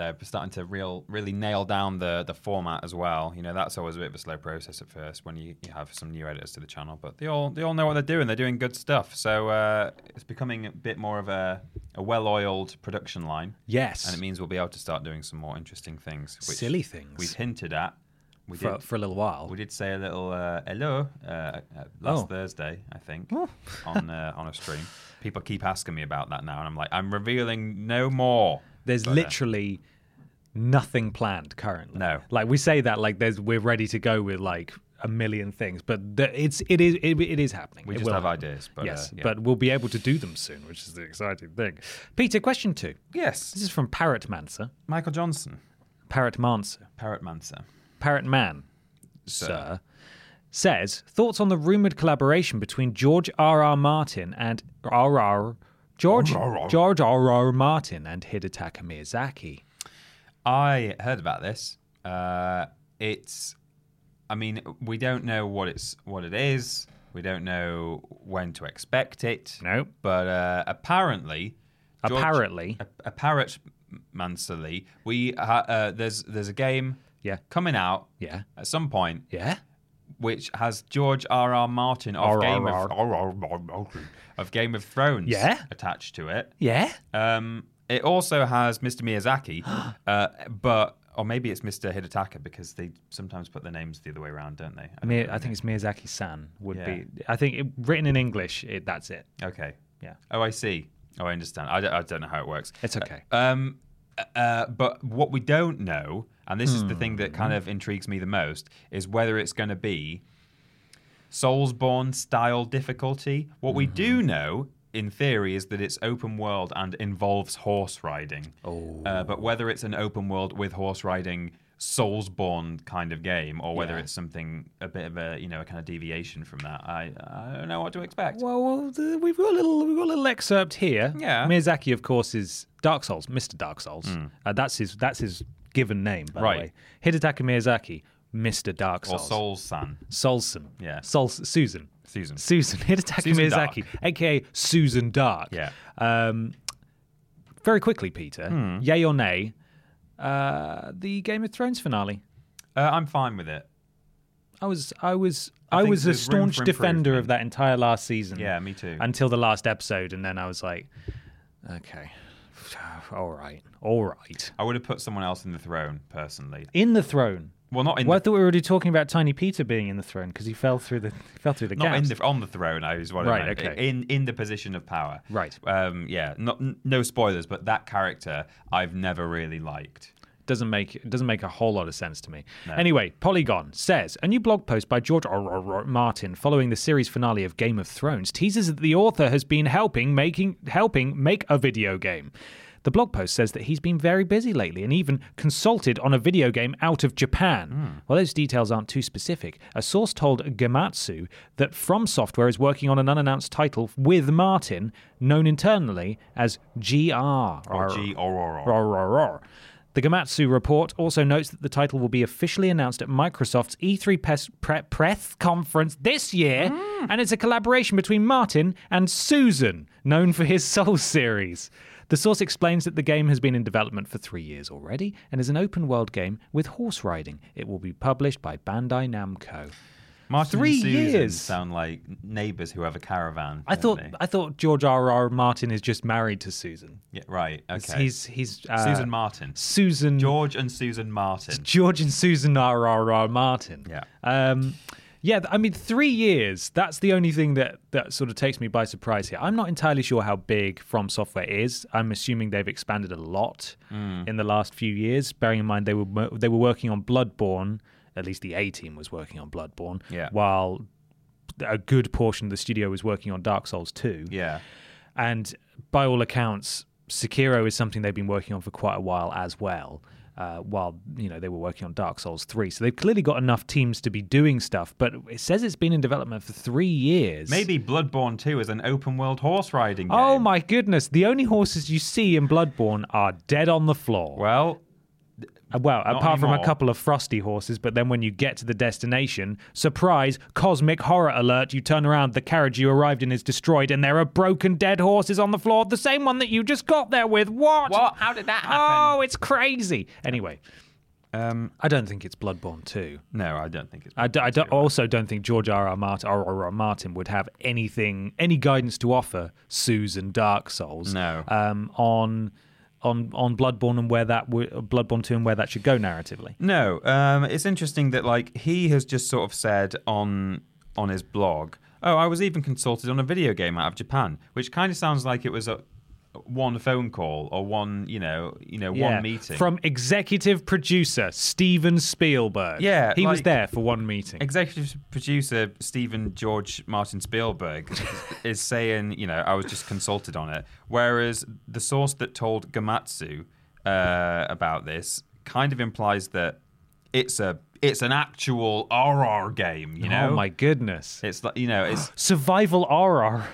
Speaker 2: they're starting to real really nail down the the format as well. You know, that's always a bit of a slow process at first when you, you have some new editors to the channel, but they all they all know what they're doing. They're doing good stuff, so uh, it's becoming a bit more of a, a well oiled production line,
Speaker 1: yes,
Speaker 2: and it means we'll be able to start doing some more interesting things, which
Speaker 1: silly things
Speaker 2: we've hinted at. We
Speaker 1: for,
Speaker 2: did-
Speaker 1: for a little while.
Speaker 2: we did say a little uh, hello uh, uh, last
Speaker 1: Oh.
Speaker 2: Thursday, I think, on uh, on a stream. People keep asking me about that now, and I'm like, I'm revealing no more.
Speaker 1: There's
Speaker 2: But, uh,
Speaker 1: literally nothing planned currently.
Speaker 2: No.
Speaker 1: like we say that like there's we're ready to go with like a million things, but the, it's it is it, it is happening.
Speaker 2: we
Speaker 1: It
Speaker 2: just
Speaker 1: will
Speaker 2: have
Speaker 1: happen.
Speaker 2: ideas, but
Speaker 1: yes,
Speaker 2: uh, yeah.
Speaker 1: but we'll be able to do them soon, which is the exciting thing. Peter, question two. This
Speaker 2: yes,
Speaker 1: is from Parrot Mancer.
Speaker 2: Michael Johnson,
Speaker 1: Parrot Mancer.
Speaker 2: Parrot Mancer.
Speaker 1: Parrot Man, sir. says thoughts on the rumored collaboration between George R. R. Martin and R. R. George George R. R. Martin and Hidetaka Miyazaki.
Speaker 2: I heard about this. Uh, it's, I mean, we don't know what it's what it is. We don't know when to expect it.
Speaker 1: No,
Speaker 2: but uh, apparently, George-
Speaker 1: apparently,
Speaker 2: a, a parrot Mansley. We ha- uh, there's there's a game
Speaker 1: Yeah.
Speaker 2: coming out
Speaker 1: yeah,
Speaker 2: at some point
Speaker 1: yeah.
Speaker 2: which has George R R Martin of
Speaker 1: R.R.R..
Speaker 2: Game of R.R.R. Martin of Game of Thrones
Speaker 1: Yeah.
Speaker 2: attached to it.
Speaker 1: Yeah.
Speaker 2: Um, it also has Mr Miyazaki, uh, but or maybe it's Mr Hidetaka because they sometimes put their names the other way around, don't they?
Speaker 1: I mean, I think it's Miyazaki-san would
Speaker 2: Yeah.
Speaker 1: be. I think it, written in English, it, that's it.
Speaker 2: Okay.
Speaker 1: Yeah.
Speaker 2: Oh, I see. Oh, I understand. I don't, I don't know how it works.
Speaker 1: It's okay.
Speaker 2: Um, uh, but what we don't know, and this is the thing that kind of intrigues me the most, is whether it's going to be Soulsborne style difficulty. What we do know, in theory, is that it's open world and involves horse riding. Oh. Uh, but whether it's an open world with horse riding. Soulsborne kind of game, or whether it's something a bit of a you know a kind of deviation from that. I I don't know what to expect.
Speaker 1: Well, well, th- we've got a little, we've got a little excerpt here.
Speaker 2: Yeah. Hmm.
Speaker 1: Miyazaki, of course, is Dark Souls, Mr. Dark Souls. Uh, that's his, that's his given name, by
Speaker 2: Right.
Speaker 1: the way. Hidetaka Miyazaki, Mr. Dark
Speaker 2: or
Speaker 1: Souls.
Speaker 2: Soul San
Speaker 1: Solson.
Speaker 2: Yeah.
Speaker 1: Sols- Susan.
Speaker 2: Susan.
Speaker 1: Susan Hidetaka
Speaker 2: Susan Dark.
Speaker 1: Miyazaki, aka Susan Dark.
Speaker 2: Yeah.
Speaker 1: Um, very quickly, Peter.
Speaker 2: Hmm.
Speaker 1: Yay or nay? Uh, the Game of Thrones finale.
Speaker 2: Uh, I'm fine with it.
Speaker 1: I was, I was,
Speaker 2: I
Speaker 1: I,
Speaker 2: think
Speaker 1: was a
Speaker 2: there's room for
Speaker 1: staunch defender
Speaker 2: improvement.
Speaker 1: of that entire last season.
Speaker 2: Yeah, me too.
Speaker 1: Until the last episode, and then I was like, okay, all right, all right.
Speaker 2: I would have put someone else in the throne personally.
Speaker 1: In the throne.
Speaker 2: Well, not in
Speaker 1: well, I
Speaker 2: the,
Speaker 1: thought we were already talking about Tiny Peter being in the throne because he fell through the he fell through the
Speaker 2: not in
Speaker 1: gaps.
Speaker 2: the on the throne. I was what I
Speaker 1: Right,
Speaker 2: meant.
Speaker 1: okay.
Speaker 2: In in the position of power.
Speaker 1: Right.
Speaker 2: Um. Yeah. Not n- no spoilers, but that character I've never really liked.
Speaker 1: doesn't make it doesn't make a whole lot of sense to me. Anyway, Polygon says a new blog post by George R. R. R. Martin following the series finale of Game of Thrones teases that the author has been helping making helping make a video game. The blog post says that he's been very busy lately and even consulted on a video game out of Japan. While those details aren't too specific, a source told Gamatsu that From Software is working on an unannounced title with Martin, known internally as GR.
Speaker 2: Or G or or or.
Speaker 1: Roar, roar, roar. The Gamatsu report also notes that the title will be officially announced at Microsoft's E3 pes- pre- press conference this year,
Speaker 2: Mm.
Speaker 1: and it's a collaboration between Martin and Susan, known for his Soul series. The source explains that the game has been in development for three years already and is an open world game with horse riding. It will be published by Bandai Namco.
Speaker 2: Martin
Speaker 1: Three
Speaker 2: and Susan
Speaker 1: years.
Speaker 2: sound like neighbours who have a caravan.
Speaker 1: I
Speaker 2: don't
Speaker 1: thought
Speaker 2: they?
Speaker 1: I thought George R. R. Martin is just married to Susan.
Speaker 2: Yeah, right. Okay.
Speaker 1: He's he's uh,
Speaker 2: Susan Martin.
Speaker 1: Susan
Speaker 2: George and Susan Martin.
Speaker 1: George and Susan R. R. R. Martin.
Speaker 2: Yeah.
Speaker 1: Um, Yeah, th- I mean, three years. That's the only thing that that sort of takes me by surprise here. I'm not entirely sure how big From Software is. I'm assuming they've expanded a lot
Speaker 2: Mm.
Speaker 1: in the last few years. Bearing in mind they were mo- they were working on Bloodborne. At least the A team was working on Bloodborne.
Speaker 2: Yeah.
Speaker 1: While a good portion of the studio was working on Dark Souls 2.
Speaker 2: Yeah.
Speaker 1: And by all accounts, Sekiro is something they've been working on for quite a while as well. Uh, while you know they were working on Dark Souls three, so they've clearly got enough teams to be doing stuff. But it says it's been in development for three years.
Speaker 2: Maybe Bloodborne 2 is an open world horse riding game.
Speaker 1: Oh my goodness! The only horses you see in Bloodborne are dead on the floor.
Speaker 2: Well,
Speaker 1: Uh, well, apart from
Speaker 2: anymore.
Speaker 1: a couple of frosty horses, but then when you get to the destination, surprise, cosmic horror alert, you turn around, the carriage you arrived in is destroyed, and there are broken dead horses on the floor, the same one that you just got there with. What?
Speaker 2: What? How did that happen?
Speaker 1: Oh, it's crazy. Anyway,
Speaker 2: um,
Speaker 1: I don't think it's Bloodborne 2.
Speaker 2: no, I don't think it's.
Speaker 1: I, d- I don't- also don't think George R. R. Martin, R. R. R. Martin would have anything, any guidance to offer Susan Dark Souls
Speaker 2: No.
Speaker 1: um, on on on Bloodborne and where that would Bloodborne two and where that should go narratively.
Speaker 2: No, um, it's interesting that like he has just sort of said on on his blog, "Oh, I was even consulted on a video game out of Japan," which kind of sounds like it was a one phone call or one, you know, you know,
Speaker 1: Yeah,
Speaker 2: one meeting.
Speaker 1: from executive producer Steven Spielberg.
Speaker 2: Yeah,
Speaker 1: he was
Speaker 2: like-
Speaker 1: there for one meeting.
Speaker 2: executive producer Steven George Martin Spielberg is saying, you know, I was just consulted on it. Whereas the source that told Gamatsu uh, about this kind of implies that it's a it's an actual RR game, you know.
Speaker 1: oh my goodness!
Speaker 2: It's like you know, it's
Speaker 1: Survival horror.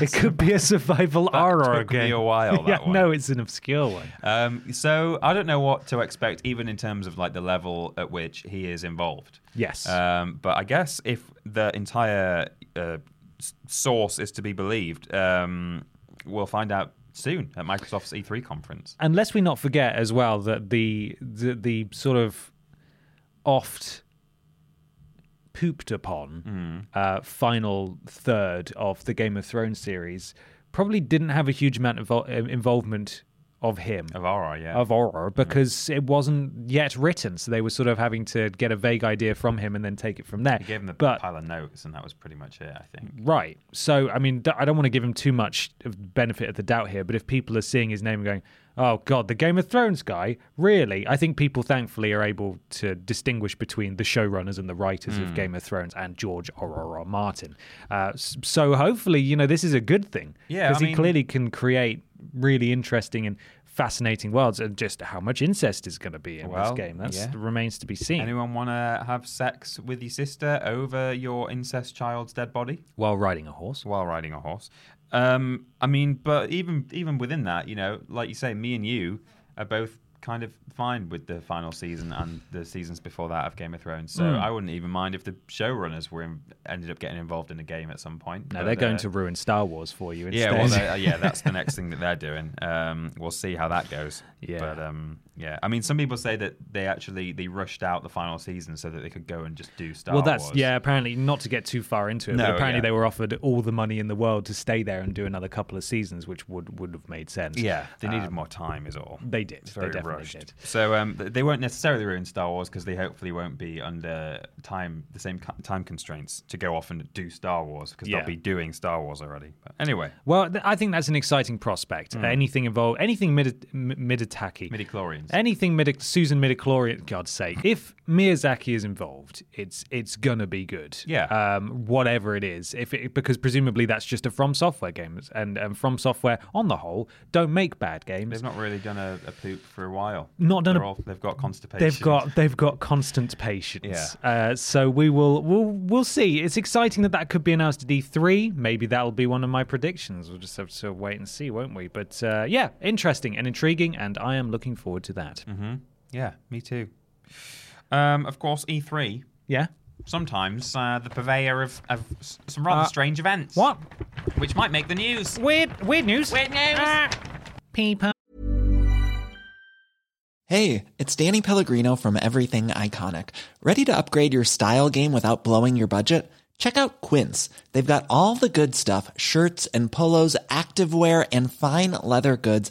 Speaker 1: It could be a survival horror
Speaker 2: took me
Speaker 1: again.
Speaker 2: a while,
Speaker 1: yeah,
Speaker 2: that one.
Speaker 1: no, it's an obscure one.
Speaker 2: um, so I don't know what to expect, even in terms of like the level at which he is involved.
Speaker 1: Yes.
Speaker 2: Um, but I guess if the entire uh, s- source is to be believed, um, we'll find out soon at Microsoft's E3 conference.
Speaker 1: and lest we not forget as well that the the, the sort of oft pooped upon
Speaker 2: Mm.
Speaker 1: uh, final third of the Game of Thrones series probably didn't have a huge amount of vol- um, involvement of him
Speaker 2: Of Mm-hmm. Aura, yeah.
Speaker 1: of horror because it wasn't yet written so they were sort of having to get a vague idea from him and then take it from there
Speaker 2: I gave him the
Speaker 1: but
Speaker 2: pile of notes, and that was pretty much it, I think.
Speaker 1: Right. So, I mean, th- I don't want to give him too much of benefit of the doubt here, but if people are seeing his name and going, oh, God, the Game of Thrones guy, really? I think people thankfully are able to distinguish between the showrunners and the writers
Speaker 2: Hmm.
Speaker 1: of Game of Thrones and George R. R. R. Martin. Uh, s- so, hopefully, you know, this is a good thing.
Speaker 2: Yeah,
Speaker 1: Because
Speaker 2: I
Speaker 1: he
Speaker 2: mean-
Speaker 1: clearly can create really interesting and fascinating worlds and just how much incest is going to be in
Speaker 2: Well,
Speaker 1: this game. That
Speaker 2: yeah.
Speaker 1: remains to be seen.
Speaker 2: Anyone want to have sex with your sister over your incest child's dead body?
Speaker 1: While riding a horse.
Speaker 2: while riding a horse. Um, I mean, but even even within that, you know, like you say, me and you are both kind of fine with the final season and the seasons before that of Game of Thrones.
Speaker 1: Hmm.
Speaker 2: So I wouldn't even mind if the showrunners were in, ended up getting involved in a game at some point.
Speaker 1: No,
Speaker 2: But,
Speaker 1: they're going
Speaker 2: uh,
Speaker 1: to ruin Star Wars for you instead.
Speaker 2: yeah, well, they- uh, yeah, that's the next thing that they're doing. Um, we'll see how that goes.
Speaker 1: Yeah.
Speaker 2: but um, yeah, I mean, some people say that they actually they rushed out the final season so that they could go and just do Star
Speaker 1: well, that's
Speaker 2: Wars.
Speaker 1: yeah. Apparently, not to get too far into it,
Speaker 2: No,
Speaker 1: but apparently
Speaker 2: yeah.
Speaker 1: they were offered all the money in the world to stay there and do another couple of seasons, which would would have made sense.
Speaker 2: yeah. They needed
Speaker 1: Uh,
Speaker 2: more time, is all.
Speaker 1: they did.
Speaker 2: It's very
Speaker 1: they definitely
Speaker 2: rushed.
Speaker 1: did.
Speaker 2: So um, th- they won't necessarily ruin Star Wars because they hopefully won't be under time the same co- time constraints to go off and do Star Wars because
Speaker 1: Yeah.
Speaker 2: they'll be doing Star Wars already. But anyway,
Speaker 1: Well, th- I think that's an exciting prospect.
Speaker 2: Mm.
Speaker 1: Anything involved, anything mid Miditaki,
Speaker 2: midi chlorians.
Speaker 1: anything Midi- Susan Midichlorian, God's sake. If Miyazaki is involved, it's it's gonna be good.
Speaker 2: Yeah.
Speaker 1: Um, whatever it is, if it, because presumably that's just a From Software game, and and From Software on the whole don't make bad games.
Speaker 2: They've not really done a, a poop for a while.
Speaker 1: Not done
Speaker 2: They're
Speaker 1: a-
Speaker 2: all- they've got constipation.
Speaker 1: They've got they've got constant patience.
Speaker 2: Yeah.
Speaker 1: Uh, so we will we'll we'll see. It's exciting that that could be announced at E3. Maybe that'll be one of my predictions. We'll just have to wait and see, won't we? But uh, yeah, interesting and intriguing, and I am looking forward to that.
Speaker 2: Mm-hmm. Yeah, me too. Um, of course, E3
Speaker 1: Yeah.
Speaker 2: sometimes uh, the purveyor of, of s- some rather strange events.
Speaker 1: Uh, What
Speaker 2: Which might make the news.
Speaker 1: weird weird news?
Speaker 2: Weird news.
Speaker 1: Ah. People.
Speaker 3: Hey, it's Danny Pellegrino from Everything Iconic. Ready to upgrade your style game without blowing your budget? Check out Quince. They've got all the good stuff shirts and polos, activewear, and fine leather goods,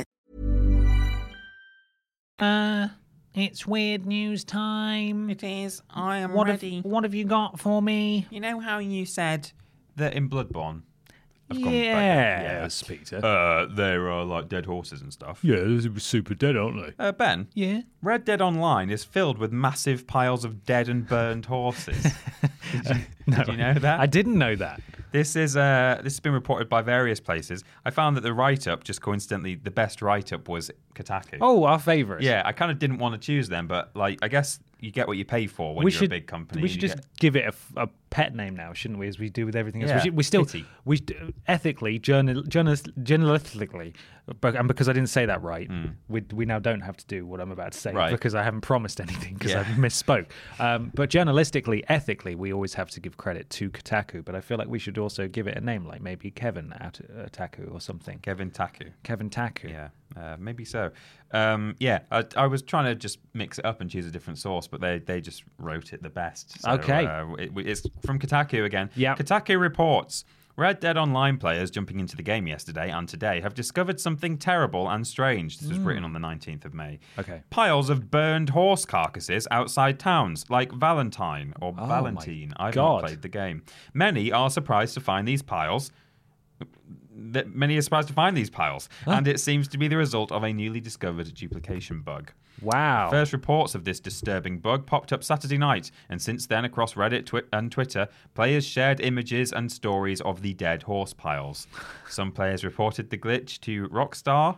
Speaker 1: Uh, it's weird news time.
Speaker 2: It is. I am
Speaker 1: What have,
Speaker 2: ready.
Speaker 1: what have you got for me?
Speaker 2: You know how you said that in Bloodborne? I've gone back-
Speaker 1: Yes, Peter.
Speaker 2: Uh, there are like dead horses and stuff.
Speaker 1: yeah, they're super dead, aren't they?
Speaker 2: Uh, ben,
Speaker 1: Yeah.
Speaker 2: Red Dead Online is filled with massive piles of dead and burned horses. did, you, did you know that?
Speaker 1: I didn't know that.
Speaker 2: This is uh, this has been reported by various places. I found that the write-up, just coincidentally, the best write-up was Kotaku.
Speaker 1: Oh, our favourite.
Speaker 2: yeah. I kind of didn't want to choose them, but like, I guess you get what you pay for when
Speaker 1: we
Speaker 2: you're
Speaker 1: should
Speaker 2: a big company.
Speaker 1: We
Speaker 2: and
Speaker 1: should
Speaker 2: you
Speaker 1: just
Speaker 2: get-
Speaker 1: give it a f- a, pet name now, shouldn't we? As we do with everything else,
Speaker 2: Yeah,
Speaker 1: we, should, we still
Speaker 2: pity.
Speaker 1: we should- ethically, journal, journalist, journalistically, but and because I didn't say that right, we we now don't have to do what I'm about to say
Speaker 2: Hmm. Right.
Speaker 1: because I haven't promised anything because
Speaker 2: Yeah.
Speaker 1: I misspoke. Um, but journalistically, ethically, we always have to give credit to Kotaku, but I feel like we should also give it a name, like maybe Kevin at uh, Taku or something.
Speaker 2: Kevin Taku.
Speaker 1: Kevin Taku.
Speaker 2: Yeah, uh, maybe so. Um, yeah, I, I was trying to just mix it up and choose a different source, but they, they just wrote it the best. So,
Speaker 1: Okay.
Speaker 2: uh, it- it's from Kotaku again.
Speaker 1: Yep.
Speaker 2: Kotaku reports. Red Dead Online players jumping into the game yesterday and today have discovered something terrible and strange. This was written on the 19th of May.
Speaker 1: Okay.
Speaker 2: Piles of burned horse carcasses outside towns like Valentine or
Speaker 1: Oh my
Speaker 2: Valentine. I've not
Speaker 1: God.
Speaker 2: played the game. Many are surprised to find these piles that many are surprised to find these piles, and it seems to be the result of a newly discovered duplication bug.
Speaker 1: Wow.
Speaker 2: First reports of this disturbing bug popped up Saturday night, and since then, across Reddit twi- and Twitter, players shared images and stories of the dead horse piles. Some players reported the glitch to Rockstar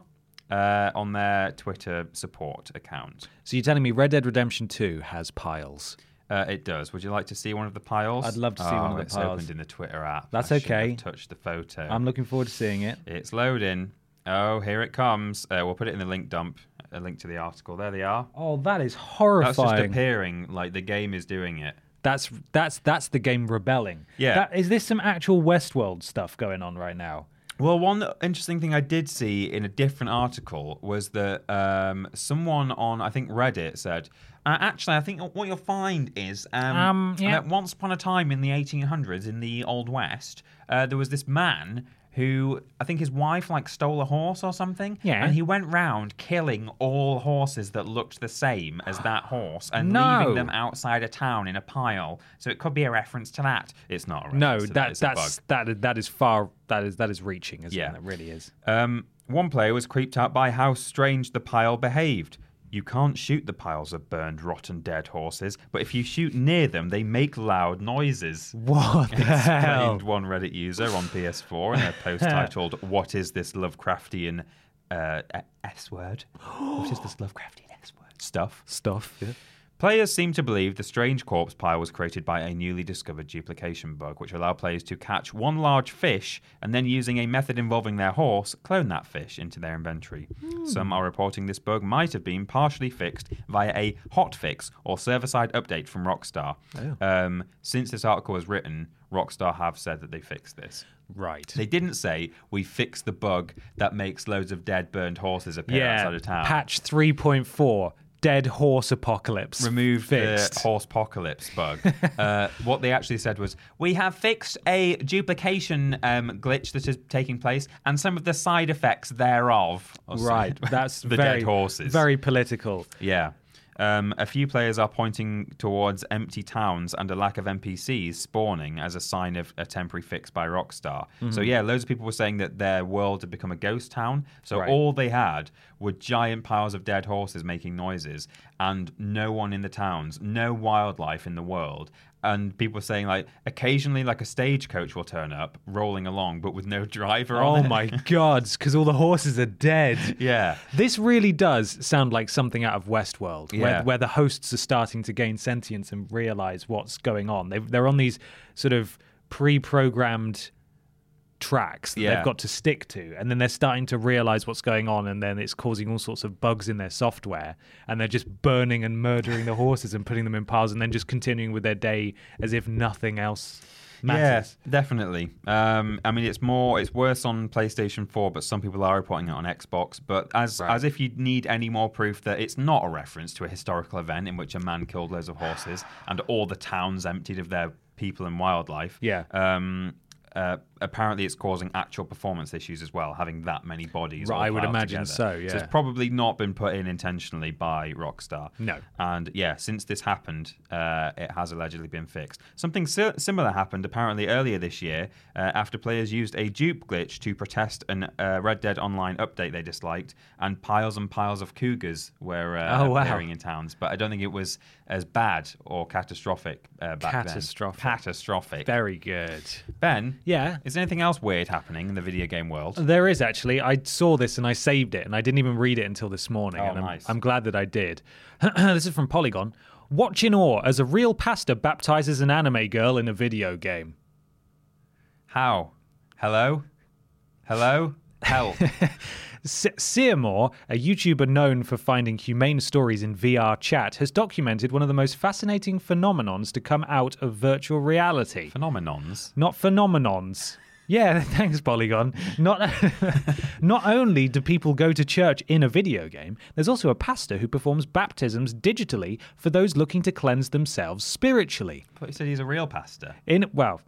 Speaker 2: uh, on their Twitter support account.
Speaker 1: so you're telling me Red Dead Redemption 2 has piles.
Speaker 2: Uh, it does. Would you like to see one of the piles?
Speaker 1: I'd love to see
Speaker 2: one
Speaker 1: one of the
Speaker 2: it's
Speaker 1: piles.
Speaker 2: opened in the Twitter app.
Speaker 1: That's
Speaker 2: I should have
Speaker 1: okay.
Speaker 2: touched the photo.
Speaker 1: I'm looking forward to seeing it.
Speaker 2: It's loading. Oh, here it comes. Uh, we'll put it in the link dump. A link to the article. There they are.
Speaker 1: Oh, that is
Speaker 2: That's
Speaker 1: horrifying.
Speaker 2: just appearing like the game is doing it.
Speaker 1: That's that's that's the game rebelling.
Speaker 2: Yeah.
Speaker 1: That, is this some actual Westworld stuff going on right now?
Speaker 2: Well, one interesting thing I did see in a different article was that um, someone on I think Reddit said, uh, actually, I think what you'll find is um,
Speaker 1: Um, yeah.
Speaker 2: that once upon a time in the 1800s in the Old West, uh, there was this man who I think his wife like stole a horse or something,
Speaker 1: Yeah.
Speaker 2: and he went round killing all horses that looked the same as that horse and
Speaker 1: No.
Speaker 2: leaving them outside a town in a pile. So it could be a reference to that. It's not. A reference
Speaker 1: No,
Speaker 2: to
Speaker 1: that,
Speaker 2: It's a bug.
Speaker 1: that's that that is far that is that is reaching, isn't
Speaker 2: Yeah.
Speaker 1: it? That really is.
Speaker 2: Um, one player was creeped out by how strange the pile behaved. You can't shoot the piles of burned, rotten, dead horses, but if you shoot near them, they make loud noises.
Speaker 1: What the hell?
Speaker 2: Explained one Reddit user on PS4 in a post titled "What is this Lovecraftian uh, S word? What is this Lovecraftian S word stuff?"
Speaker 1: Stuff.
Speaker 2: Players seem to believe the strange corpse pile was created by a newly discovered duplication bug, which allowed players to catch one large fish and then, using a method involving their horse, clone that fish into their inventory. Some are reporting this bug might have been partially fixed via a hotfix or server side update from Rockstar. Um, since this article was written, Rockstar have said that they fixed this.
Speaker 1: Right.
Speaker 2: They didn't say we fixed the bug that makes loads of dead burned horses appear
Speaker 1: yeah.
Speaker 2: outside of town
Speaker 1: Patch 3.4. Dead horse apocalypse.
Speaker 2: removed
Speaker 1: fixed.
Speaker 2: the horse apocalypse bug. uh, what they actually said was, "We have fixed a duplication um, glitch that is taking place, and some of the side effects thereof." Or something.
Speaker 1: Right. That's
Speaker 2: the
Speaker 1: very
Speaker 2: dead horses.
Speaker 1: Very political.
Speaker 2: yeah. Um, a few players are pointing towards empty towns and a lack of NPCs spawning as a sign of a temporary fix by Rockstar. So
Speaker 1: Mm-hmm.
Speaker 2: yeah, loads of people were saying that their world had become a ghost town. So
Speaker 1: Right.
Speaker 2: all they had were giant piles of dead horses making noises, and no one in the towns, no wildlife in the world. And people were saying like occasionally like a stagecoach will turn up rolling along, but with no driver on
Speaker 1: Oh
Speaker 2: it.
Speaker 1: my god, because all the horses are dead.
Speaker 2: Yeah.
Speaker 1: This really does sound like something out of Westworld,
Speaker 2: Yeah.
Speaker 1: where, where the hosts are starting to gain sentience and realize what's going on. They've, they're on these sort of pre programmed tracks that
Speaker 2: Yeah.
Speaker 1: they've got to stick to, and then they're starting to realize what's going on, and then it's causing all sorts of bugs in their software, and they're just burning and murdering the horses and putting them in piles, and then just continuing with their day as if nothing else matters.
Speaker 2: Yeah, definitely. Um, I mean, it's more, it's worse on PlayStation 4, but some people are reporting it on Xbox. But as as if you need any more proof that it's not a reference to a historical event in which a man killed loads of horses and all the towns emptied of their people and wildlife.
Speaker 1: Yeah.
Speaker 2: Um, uh, apparently, it's causing actual performance issues as well, having that many bodies.
Speaker 1: Right,
Speaker 2: all
Speaker 1: I would
Speaker 2: piled
Speaker 1: imagine
Speaker 2: together.
Speaker 1: so,
Speaker 2: so it's
Speaker 1: yeah.
Speaker 2: probably not been put in intentionally by Rockstar.
Speaker 1: No.
Speaker 2: And yeah, since this happened, uh, it has allegedly been fixed. Something si- similar happened apparently earlier this year uh, after players used a dupe glitch to protest an uh, Red Dead Online update they disliked, and piles and piles of cougars were uh,
Speaker 1: Oh, wow.
Speaker 2: appearing in towns. But I don't think it was as bad or catastrophic uh, back
Speaker 1: Catastrophic.
Speaker 2: then. Catastrophic.
Speaker 1: Very good.
Speaker 2: Ben,
Speaker 1: Yeah. Uh,
Speaker 2: is there anything else weird happening in the video game world?
Speaker 1: There is actually. I saw this and I saved it, and I didn't even read it until this morning.
Speaker 2: Oh,
Speaker 1: and I'm,
Speaker 2: nice.
Speaker 1: I'm glad that I did. this is from Polygon. Watch in awe as a real pastor baptizes an anime girl in a video game.
Speaker 2: How? Hello? Hello? Help.
Speaker 1: Se- Searmore, a YouTuber known for finding humane stories in VR chat, has documented one of the most fascinating phenomenons to come out of virtual reality.
Speaker 2: Phenomenons.
Speaker 1: not phenomenons. Yeah, thanks Polygon. Not not only do people go to church in a video game, there's also a pastor who performs baptisms digitally for those looking to cleanse themselves spiritually.
Speaker 2: But you said he's a real pastor.
Speaker 1: In well,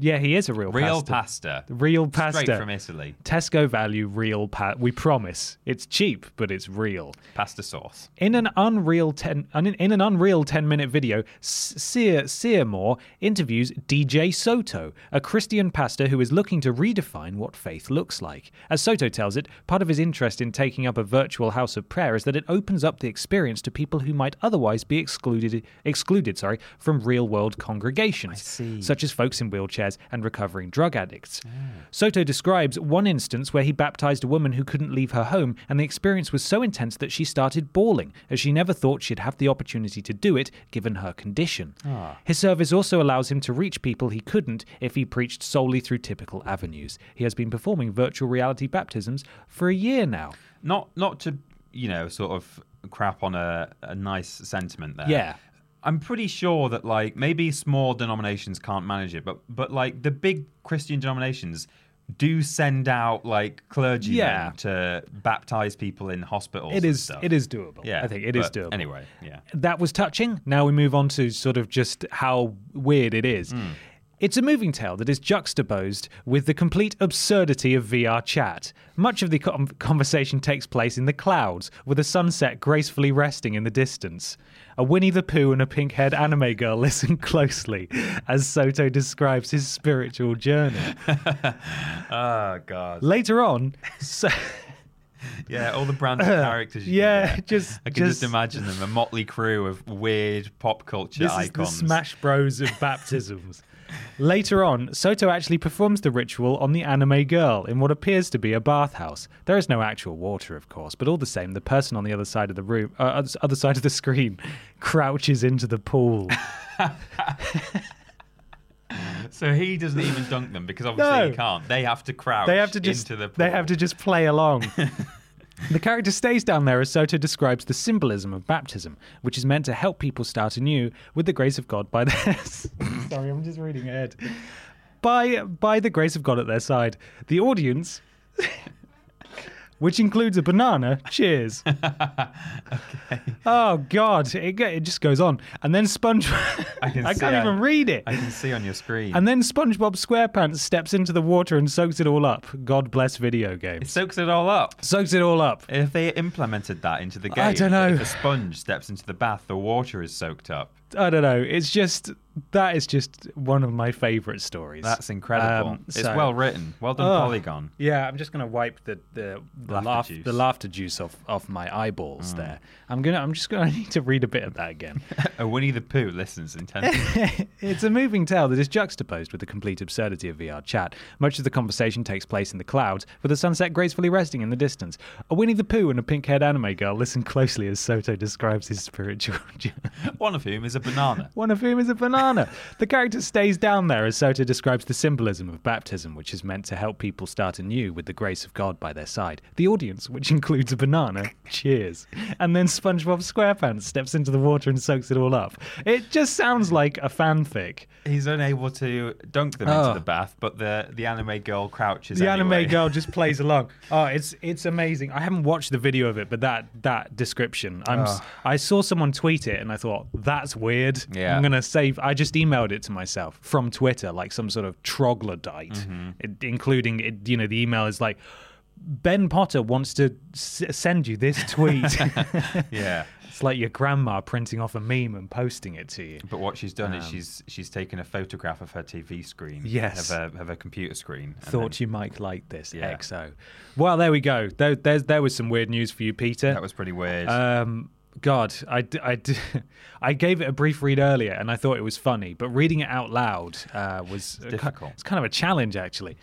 Speaker 1: yeah, he is a real
Speaker 2: Real
Speaker 1: pastor.
Speaker 2: pasta.
Speaker 1: real pasta.
Speaker 2: Straight from Italy.
Speaker 1: Tesco value real pa- we promise. It's cheap, but it's real.
Speaker 2: Pasta sauce.
Speaker 1: In an unreal ten, an- in an unreal ten minute video, S- Sear Searmore interviews DJ Soto, a Christian pastor who is looking to redefine what faith looks like. As Soto tells it, part of his interest in taking up a virtual house of prayer is that it opens up the experience to people who might otherwise be excluded excluded sorry from real world congregations, such as folks in wheelchairs and recovering drug addicts.
Speaker 2: Mm.
Speaker 1: Soto describes one instance where he baptized a woman who couldn't leave her home, and the experience was so intense that she started bawling, as she never thought she'd have the opportunity to do it given her condition.
Speaker 2: Ah.
Speaker 1: His service also allows him to reach people he couldn't if he preached solely through typical avenues. He has been performing virtual reality baptisms for a year now.
Speaker 2: Not not to you know sort of crap on a, a nice sentiment there.
Speaker 1: Yeah.
Speaker 2: I'm pretty sure that like maybe small denominations can't manage it, but but like the big Christian denominations do send out like clergymen
Speaker 1: Yeah.
Speaker 2: to baptize people in hospitals.
Speaker 1: It
Speaker 2: and
Speaker 1: is
Speaker 2: stuff.
Speaker 1: it is doable.
Speaker 2: Yeah,
Speaker 1: I think it is
Speaker 2: but
Speaker 1: doable.
Speaker 2: Anyway, yeah.
Speaker 1: that was touching. Now we move on to sort of just how weird it is.
Speaker 2: Hmm.
Speaker 1: It's a moving tale that is juxtaposed with the complete absurdity of VR chat. Much of the com- conversation takes place in the clouds, with a sunset gracefully resting in the distance. A Winnie the Pooh and a pink haired anime girl listen closely as Soto describes his spiritual journey.
Speaker 2: Oh god.
Speaker 1: Later on, so-
Speaker 2: Yeah, all the branded characters. You
Speaker 1: Yeah,
Speaker 2: can get.
Speaker 1: just-
Speaker 2: I can just,
Speaker 1: just-
Speaker 2: imagine them—a motley crew of weird pop culture
Speaker 1: This
Speaker 2: icons.
Speaker 1: is the Smash Bros of baptisms. Later on, Soto actually performs the ritual on the anime girl in what appears to be a bathhouse. There is no actual water, of course, but all the same, the person on the other side of the room, uh, other- other side of the screen, crouches into the pool.
Speaker 2: So he doesn't even dunk them because obviously
Speaker 1: No.
Speaker 2: he can't. They have to crouch.
Speaker 1: they have to just
Speaker 2: into the.
Speaker 1: they
Speaker 2: pool.
Speaker 1: have to just play along. the character stays down there as Soto describes the symbolism of baptism, which is meant to help people start anew with the grace of God by their. Sorry, I'm just reading ahead. By by the grace of God at their side, the audience which includes a banana. Cheers. Oh God, it, go- it just goes on, and then SpongeBob. I,
Speaker 2: can see
Speaker 1: can't
Speaker 2: I-
Speaker 1: even read it.
Speaker 2: I can see on your screen.
Speaker 1: and then SpongeBob SquarePants steps into the water and soaks it all up. God bless video
Speaker 2: it
Speaker 1: games.
Speaker 2: soaks it all up.
Speaker 1: Soaks it all up.
Speaker 2: If they implemented that into the game,
Speaker 1: I don't know.
Speaker 2: If a sponge steps into the bath, the water is soaked up.
Speaker 1: I don't know. It's just that is just one of my favorite stories.
Speaker 2: That's incredible.
Speaker 1: Um,
Speaker 2: it's
Speaker 1: so-
Speaker 2: well written. Well done,
Speaker 1: Ugh.
Speaker 2: Polygon.
Speaker 1: Yeah, I'm just gonna wipe the the, the
Speaker 2: Laughter
Speaker 1: laughter
Speaker 2: juice. Mm.
Speaker 1: the laughter juice off off my eyeballs. There, I'm gonna I'm just gonna need to read a bit of that again.
Speaker 2: A Winnie the Pooh listens intently.
Speaker 1: It's a moving tale that is juxtaposed with the complete absurdity of VR chat. Much of the conversation takes place in the clouds, with the sunset gracefully resting in the distance. A Winnie the Pooh and a pink haired anime girl listen closely as Soto describes his spiritual journey.
Speaker 2: One of whom is a banana.
Speaker 1: One of whom is a banana. the character stays down there as Soto describes the symbolism of baptism, which is meant to help people start anew with the grace of God by their side. The audience, which includes a banana, cheers. And then SpongeBob SquarePants steps into the water and soaks it all up. It just sounds like a fanfic.
Speaker 2: He's unable to dunk them
Speaker 1: Oh.
Speaker 2: into the bath, but the, the anime girl crouches.
Speaker 1: The
Speaker 2: anyway.
Speaker 1: anime girl just plays along. Oh, it's it's amazing. I haven't watched the video of it, but that that description, I'm s- I saw someone tweet it and I thought that's weird.
Speaker 2: Yeah.
Speaker 1: I'm gonna save. I just emailed it to myself from Twitter, like some sort of troglodyte,
Speaker 2: Mm-hmm.
Speaker 1: it, including it, you know the email is like. Ben Potter wants to s- send you this tweet.
Speaker 2: Yeah.
Speaker 1: it's like your grandma printing off a meme and posting it to you.
Speaker 2: But what she's done is she's she's taken a photograph of her TV screen,
Speaker 1: Um, Yes.
Speaker 2: of her, of her computer screen. and
Speaker 1: Thought you
Speaker 2: then-
Speaker 1: might like this,
Speaker 2: Yeah.
Speaker 1: XO. Well, there we go. There, there's, there was some weird news for you, Peter.
Speaker 2: that was pretty weird.
Speaker 1: Um, God, I, d- I, d- I gave it a brief read earlier and I thought it was funny, but reading it out loud uh, was it's
Speaker 2: difficult.
Speaker 1: It's kind of a challenge, actually.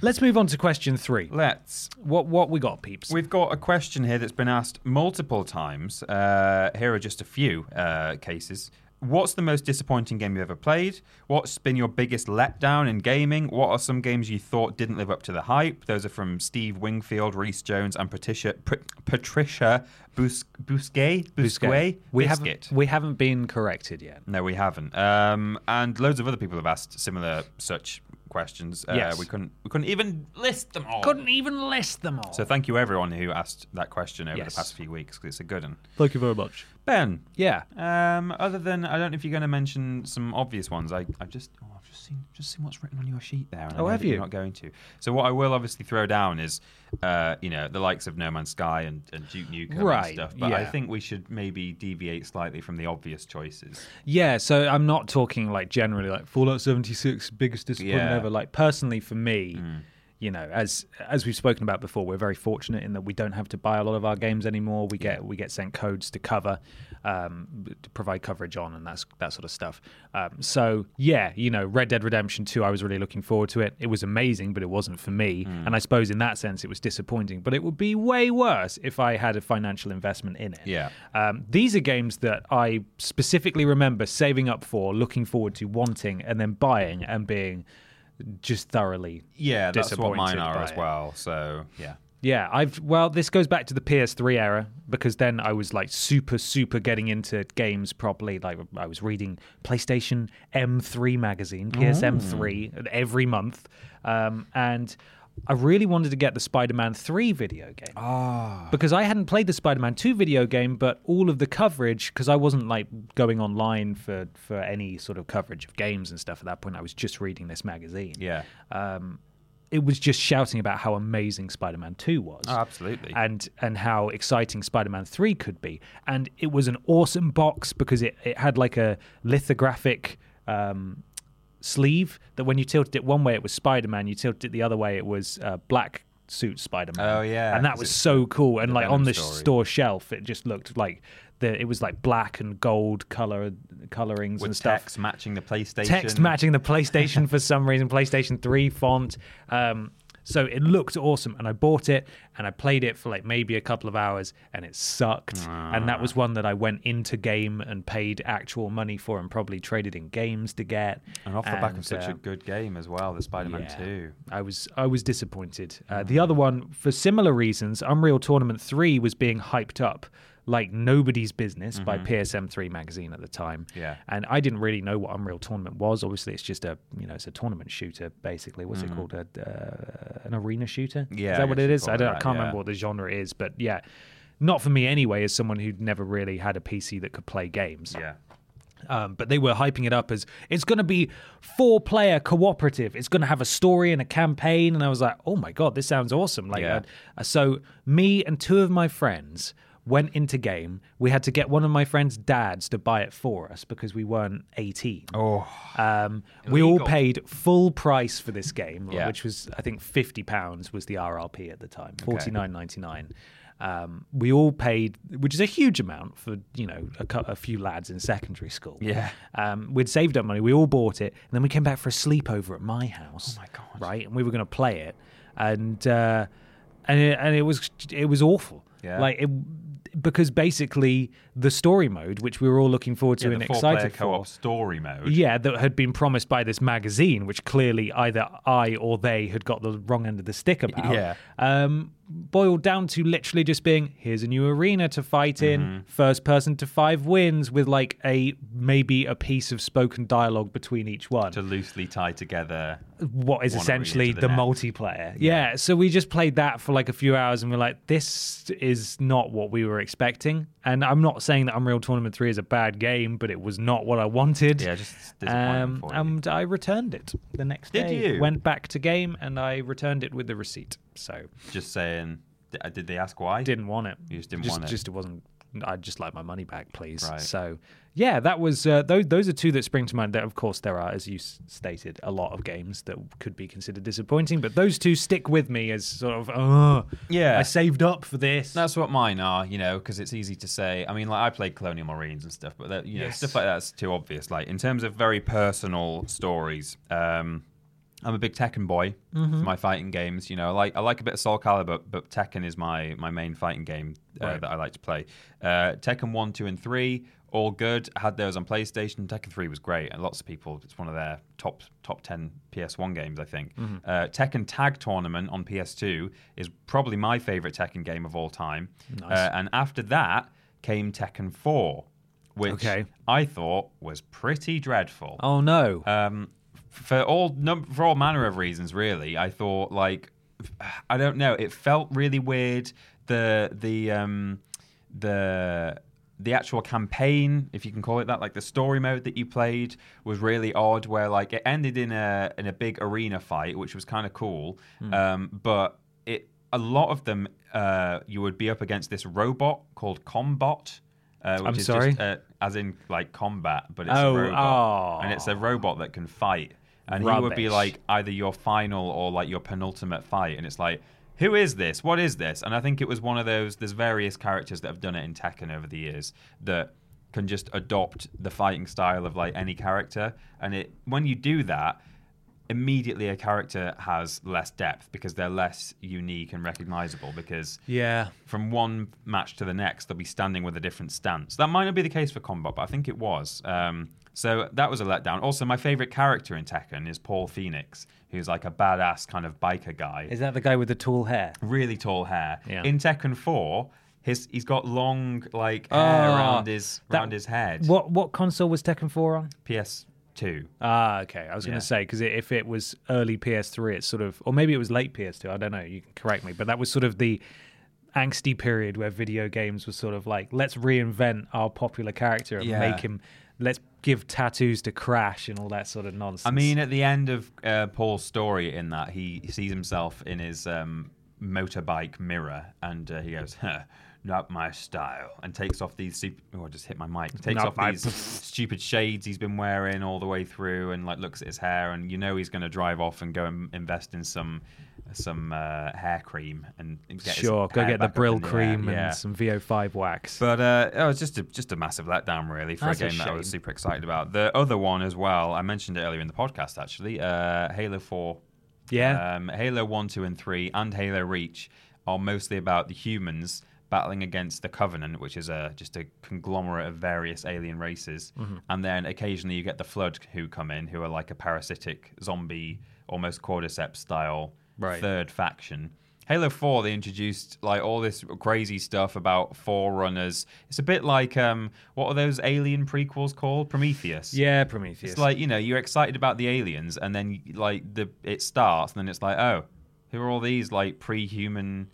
Speaker 1: Let's move on to question three.
Speaker 2: Let's
Speaker 1: What what we got, peeps?
Speaker 2: We've got a question here that's been asked multiple times. Uh, here are just a few uh, cases. What's the most disappointing game you've ever played? What's been your biggest letdown in gaming? What are some games you thought didn't live up to the hype? Those are from Steve Wingfield, Reese Jones, and Patricia Pr- Patricia Bus- Busquet. Busquet.
Speaker 1: We
Speaker 2: Biscuit.
Speaker 1: haven't we haven't been corrected yet.
Speaker 2: No, we haven't. Um, and loads of other people have asked similar such questions. Uh,
Speaker 1: Yes.
Speaker 2: we couldn't we couldn't even list them all.
Speaker 1: Couldn't even list them all.
Speaker 2: So thank you everyone who asked that question over
Speaker 1: Yes.
Speaker 2: the past few weeks because it's a good one.
Speaker 1: Thank you very much.
Speaker 2: Ben,
Speaker 1: Yeah.
Speaker 2: um, other than I don't know if you're going to mention some obvious ones. I I just oh, I've just seen just seen what's written on your sheet there. And I
Speaker 1: Oh,
Speaker 2: know
Speaker 1: have
Speaker 2: that you're
Speaker 1: you?
Speaker 2: Not going to. So what I will obviously throw down is, uh, you know, the likes of No Man's Sky and, and Duke Nukem
Speaker 1: Right,
Speaker 2: and stuff. But I
Speaker 1: yeah.
Speaker 2: think we should maybe deviate slightly from the obvious choices.
Speaker 1: Yeah, so I'm not talking like generally like Fallout 76 biggest disappointment
Speaker 2: Yeah.
Speaker 1: ever. Like personally for me, you know, as as we've spoken about before, we're very fortunate in that we don't have to buy a lot of our games anymore. We get we get sent codes to cover, um, b- to provide coverage on and that's that sort of stuff. Um, so yeah, you know, Red Dead Redemption 2, I was really looking forward to it. It was amazing, but it wasn't for me. And I suppose in that sense it was disappointing. But it would be way worse if I had a financial investment in it.
Speaker 2: Yeah.
Speaker 1: Um, these are games that I specifically remember saving up for, looking forward to, wanting, and then buying and being just thoroughly
Speaker 2: Yeah, that's what mine
Speaker 1: disappointed
Speaker 2: are
Speaker 1: by
Speaker 2: as
Speaker 1: it.
Speaker 2: well. So yeah.
Speaker 1: Yeah, I've well, this goes back to the PS3 era because then I was like super, super getting into games properly. Like I was reading PlayStation M3 magazine, PSM3, every month, um, and I really wanted to get the Spider-Man 3 video game because I hadn't played the Spider-Man 2 video game, but all of the coverage because I wasn't like going online for for any sort of coverage of games and stuff at that point. I was just reading this magazine.
Speaker 2: Yeah.
Speaker 1: It was just shouting about how amazing Spider-Man 2 was.
Speaker 2: Oh, absolutely.
Speaker 1: And and how exciting Spider-Man 3 could be. And it was an awesome box because it it had like a lithographic um sleeve that when you tilted it one way it was Spider-Man, you tilted it the other way it was uh, black suit Spider-Man.
Speaker 2: Oh, yeah,
Speaker 1: And that
Speaker 2: 'cause
Speaker 1: was
Speaker 2: it's
Speaker 1: so cool and like on
Speaker 2: Venom
Speaker 1: the
Speaker 2: story.
Speaker 1: store shelf it just looked like the it was like black and gold color colorings
Speaker 2: With
Speaker 1: and stuff
Speaker 2: text matching the PlayStation.
Speaker 1: text matching the PlayStation for some reason, PlayStation 3 font. Um, so it looked awesome, and I bought it and I played it for like maybe a couple of hours, and it sucked. And that
Speaker 2: Ah.
Speaker 1: was one that I went into game and paid actual money for, and probably traded in games to get.
Speaker 2: And off the back of such
Speaker 1: uh,
Speaker 2: a good game as well, the Spider-Man
Speaker 1: yeah.
Speaker 2: 2.
Speaker 1: I was I was disappointed. Uh, The other one, for similar reasons, Unreal Tournament Three was being hyped up Like Nobody's Business by PSM3 magazine at the time.
Speaker 2: Mm-hmm. Yeah.
Speaker 1: And I didn't really know what Unreal Tournament was. Obviously, it's just a, you know, it's a tournament shooter, basically. What's it called? A, uh, an arena shooter?
Speaker 2: Mm-hmm. Yeah,
Speaker 1: Is
Speaker 2: I
Speaker 1: that what
Speaker 2: guess
Speaker 1: it
Speaker 2: you'd
Speaker 1: is?
Speaker 2: call
Speaker 1: I,
Speaker 2: it
Speaker 1: don't, I
Speaker 2: that,
Speaker 1: can't
Speaker 2: yeah.
Speaker 1: remember what the genre is, but yeah. Not for me anyway, as someone who'd never really had a PC that could play games.
Speaker 2: Yeah.
Speaker 1: Um, but they were hyping it up as it's going to be four player cooperative. It's going to have a story and a campaign. And I was like, oh my God, this sounds awesome. Like,
Speaker 2: Yeah.
Speaker 1: uh, so me and two of my friends went into game. We had to get one of my friends' dads to buy it for us because we weren't 18.
Speaker 2: Oh.
Speaker 1: Um, we all paid full price for this game,
Speaker 2: Yeah.
Speaker 1: which was I think fifty pounds was the RRP at the time, forty nine ninety nine. Um, we all paid, which is a huge amount for you know a, cou- a few lads in secondary school.
Speaker 2: Yeah.
Speaker 1: um, we'd saved up money. We all bought it, and then we came back for a sleepover at my house. Oh my god! Right, and we were going to play it, and uh, and it, and it was it was awful.
Speaker 2: Yeah.
Speaker 1: like it. Because basically, the story mode, which we were all looking forward to
Speaker 2: Yeah,
Speaker 1: and
Speaker 2: the four-player
Speaker 1: excited for,
Speaker 2: co-op story mode.
Speaker 1: yeah, that had been promised by this magazine, which clearly either I or they had got the wrong end of the stick about.
Speaker 2: Yeah.
Speaker 1: Um, boiled down to literally just being here's a new arena to fight in,
Speaker 2: Mm-hmm.
Speaker 1: first person to five wins, with like a maybe a piece of spoken dialogue between each one
Speaker 2: To loosely tie together.
Speaker 1: what is
Speaker 2: one
Speaker 1: essentially
Speaker 2: arena to
Speaker 1: the,
Speaker 2: the next.
Speaker 1: multiplayer. Yeah. so we just played that for like a few hours and we're like, this is not what we were expecting. And I'm not saying that Unreal Tournament 3 is a bad game, but it was not what I wanted.
Speaker 2: Yeah, just disappointing
Speaker 1: um,
Speaker 2: for you.
Speaker 1: And I returned it the next
Speaker 2: Did
Speaker 1: day.
Speaker 2: you?
Speaker 1: Went back to game and I returned it with the receipt. So
Speaker 2: Just saying. d- uh, Did they ask why?
Speaker 1: didn't want it.
Speaker 2: You just didn't
Speaker 1: just,
Speaker 2: want it.
Speaker 1: Just it wasn't. I'd just like my money back, please.
Speaker 2: Right.
Speaker 1: So, yeah, that was uh, those. Those are two that spring to mind. That of course there are, as you s- stated, a lot of games that could be considered disappointing, but those two stick with me as sort of, oh,
Speaker 2: Yeah.
Speaker 1: I saved up for this.
Speaker 2: That's what mine are, you know, because it's easy to say. I mean, like I played Colonial Marines and stuff, but that, you know,
Speaker 1: Yes.
Speaker 2: stuff like that's too obvious. Like in terms of very personal stories, um, I'm a big Tekken boy for my fighting games. You know, I like I like a bit of Soul Calibur, but, but Tekken is my my main fighting game uh, that I like to play. Uh, Tekken one, two, and three. All good. I had those on PlayStation. Tekken 3 was great, and lots of people. It's one of their top top 10 PS1 games, I think. Uh, Tekken Tag Tournament on PS2 is probably my favorite Tekken game of all time. Uh, and after that came Tekken 4, which
Speaker 1: Okay.
Speaker 2: I thought was pretty dreadful
Speaker 1: oh no.
Speaker 2: um, for all num- for all manner of reasons. Really, I thought like I don't know. It felt really weird. The the um, the the actual campaign, if you can call it that, like the story mode that you played was really odd. Where like it ended in a in a big arena fight, which was kind of cool.
Speaker 1: Hmm.
Speaker 2: Um, but it a lot of them uh, you would be up against this robot called Combot. Uh, which
Speaker 1: I'm
Speaker 2: is
Speaker 1: sorry?
Speaker 2: Just, uh, as in like combat, but it's
Speaker 1: Oh,
Speaker 2: a robot,
Speaker 1: aw.
Speaker 2: and it's a robot that can fight. And he would be
Speaker 1: Rubbish.
Speaker 2: like either your final or like your penultimate fight, and it's like, who is this? What is this? And I think it was one of those. There's various characters that have done it in Tekken over the years that can just adopt the fighting style of like any character, and it when you do that. Immediately, a character has less depth because they're less unique and recognizable. Because
Speaker 1: yeah.
Speaker 2: from one match to the next, they'll be standing with a different stance. That might not be the case for Combat, but I think it was. Um, so that was a letdown. Also, my favorite character in Tekken is Paul Phoenix, who's like a badass kind of biker guy,
Speaker 1: Is that the guy with the tall hair?
Speaker 2: really tall hair.
Speaker 1: Yeah.
Speaker 2: In Tekken Four, his he's got long like hair
Speaker 1: Ah,
Speaker 2: around his
Speaker 1: that-
Speaker 2: around his head.
Speaker 1: What what console was Tekken 4 on?
Speaker 2: PS Two.
Speaker 1: Ah, okay. I was going
Speaker 2: Yeah.
Speaker 1: to 'cause say because if it was early PS3, it's sort of, or maybe it was late PS2. I don't know. You can correct me, but that was sort of the angsty period where video games were sort of like, let's reinvent our popular character and
Speaker 2: Yeah.
Speaker 1: make him, let's give tattoos to Crash and all that sort of nonsense.
Speaker 2: I mean, at the end of uh, Paul's story, in that he sees himself in his um, motorbike mirror, and uh, he goes, huh, "Not my style," and takes off these. Super- oh, I just hit my mic. Takes
Speaker 1: Not
Speaker 2: off
Speaker 1: my-
Speaker 2: these stupid shades he's been wearing all the way through, and like looks at his hair, and you know he's going to drive off and go and invest in some some uh, hair cream and and get his
Speaker 1: sure, go
Speaker 2: hair
Speaker 1: get the
Speaker 2: back up
Speaker 1: Brill
Speaker 2: in air.
Speaker 1: cream
Speaker 2: Yeah.
Speaker 1: and some VO5 wax.
Speaker 2: But uh, it was just a, just a massive letdown, really, for
Speaker 1: That's
Speaker 2: a
Speaker 1: a
Speaker 2: game that I was
Speaker 1: shame.
Speaker 2: super excited about. The other one as well, I mentioned it earlier in the podcast, actually, uh, Halo 4.
Speaker 1: yeah.
Speaker 2: Um, Halo 1, 2, and 3, and Halo Reach are mostly about the humans battling against the Covenant, which is a, just a conglomerate of various alien races.
Speaker 1: Mm-hmm.
Speaker 2: And then occasionally you get the Flood who come in, who are like a parasitic zombie, almost Cordyceps style
Speaker 1: Right.
Speaker 2: third faction. Halo 4, they introduced like all this crazy stuff about Forerunners. It's a bit like um, what are those alien prequels called? Prometheus.
Speaker 1: Yeah, Prometheus.
Speaker 2: It's like you know you're excited about the aliens, and then like the it starts, and then it's like oh, who are all these like pre-human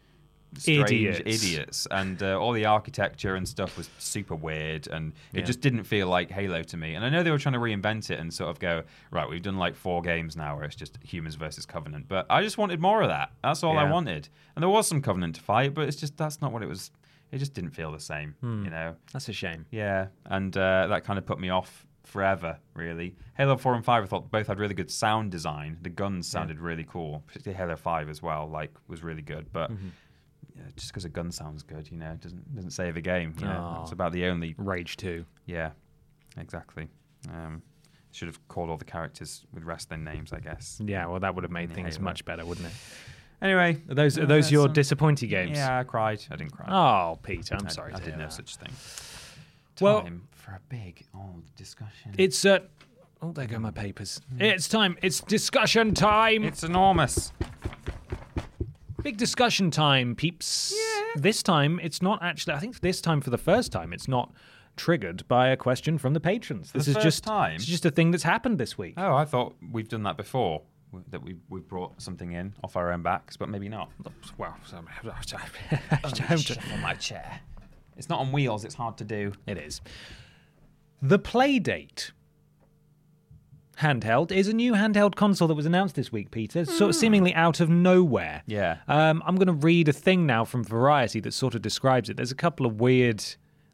Speaker 2: strange
Speaker 1: Idiots.
Speaker 2: idiots? And uh, all the architecture and stuff was super weird, and it just didn't feel like Halo to me. And I know they were trying to reinvent it and sort of go right, we've done like four games now where it's just humans versus Covenant, but I just wanted more of that. That's all I
Speaker 1: Yeah.
Speaker 2: wanted, and there was some Covenant to fight, but it's just that's not what it was. It just didn't feel the same, you know.
Speaker 1: Hmm. That's a shame.
Speaker 2: Yeah, and uh, that kind of put me off forever, really. Halo 4 and 5, I thought both had really good sound design. The guns sounded really cool, particularly Halo 5 as well, like, was really good. But
Speaker 1: Mm-hmm.
Speaker 2: yeah, just because a gun sounds good, you know, doesn't doesn't save a game. You know? It's about the only.
Speaker 1: Rage 2.
Speaker 2: Yeah, exactly. Um, should have called all the characters with wrestling names, I guess.
Speaker 1: Yeah, well, that would have made things
Speaker 2: Halo.
Speaker 1: much better, wouldn't it?
Speaker 2: Anyway,
Speaker 1: Are those, are
Speaker 2: uh,
Speaker 1: those your
Speaker 2: some-
Speaker 1: disappointing games?
Speaker 2: Yeah, I cried. I didn't cry.
Speaker 1: Oh, Peter, I'm
Speaker 2: I-
Speaker 1: sorry.
Speaker 2: I,
Speaker 1: to hear
Speaker 2: didn't know
Speaker 1: that.
Speaker 2: such thing.
Speaker 1: Well-
Speaker 2: Time for a big old discussion.
Speaker 1: It's uh Oh, there go my papers. It's time. It's discussion time.
Speaker 2: Mm. it's enormous.
Speaker 1: Big discussion time, peeps. This time, it's not actually. I think this time, for the first time, it's not triggered by a question from the patrons. This
Speaker 2: the
Speaker 1: is
Speaker 2: first
Speaker 1: just
Speaker 2: time?
Speaker 1: It's just a thing that's happened this week.
Speaker 2: Oh, I thought we've done that before. w- That we we brought something in off our own backs, but maybe not.
Speaker 1: well, so-
Speaker 2: on my chair. It's not on wheels. It's hard to do.
Speaker 1: it is. The Playdate handheld is a new handheld console that was announced this week, Peter, sort of seemingly out of nowhere.
Speaker 2: Hmm. Yeah.
Speaker 1: Um, I'm going to read a thing now from Variety that sort of describes it. There's a couple of weird.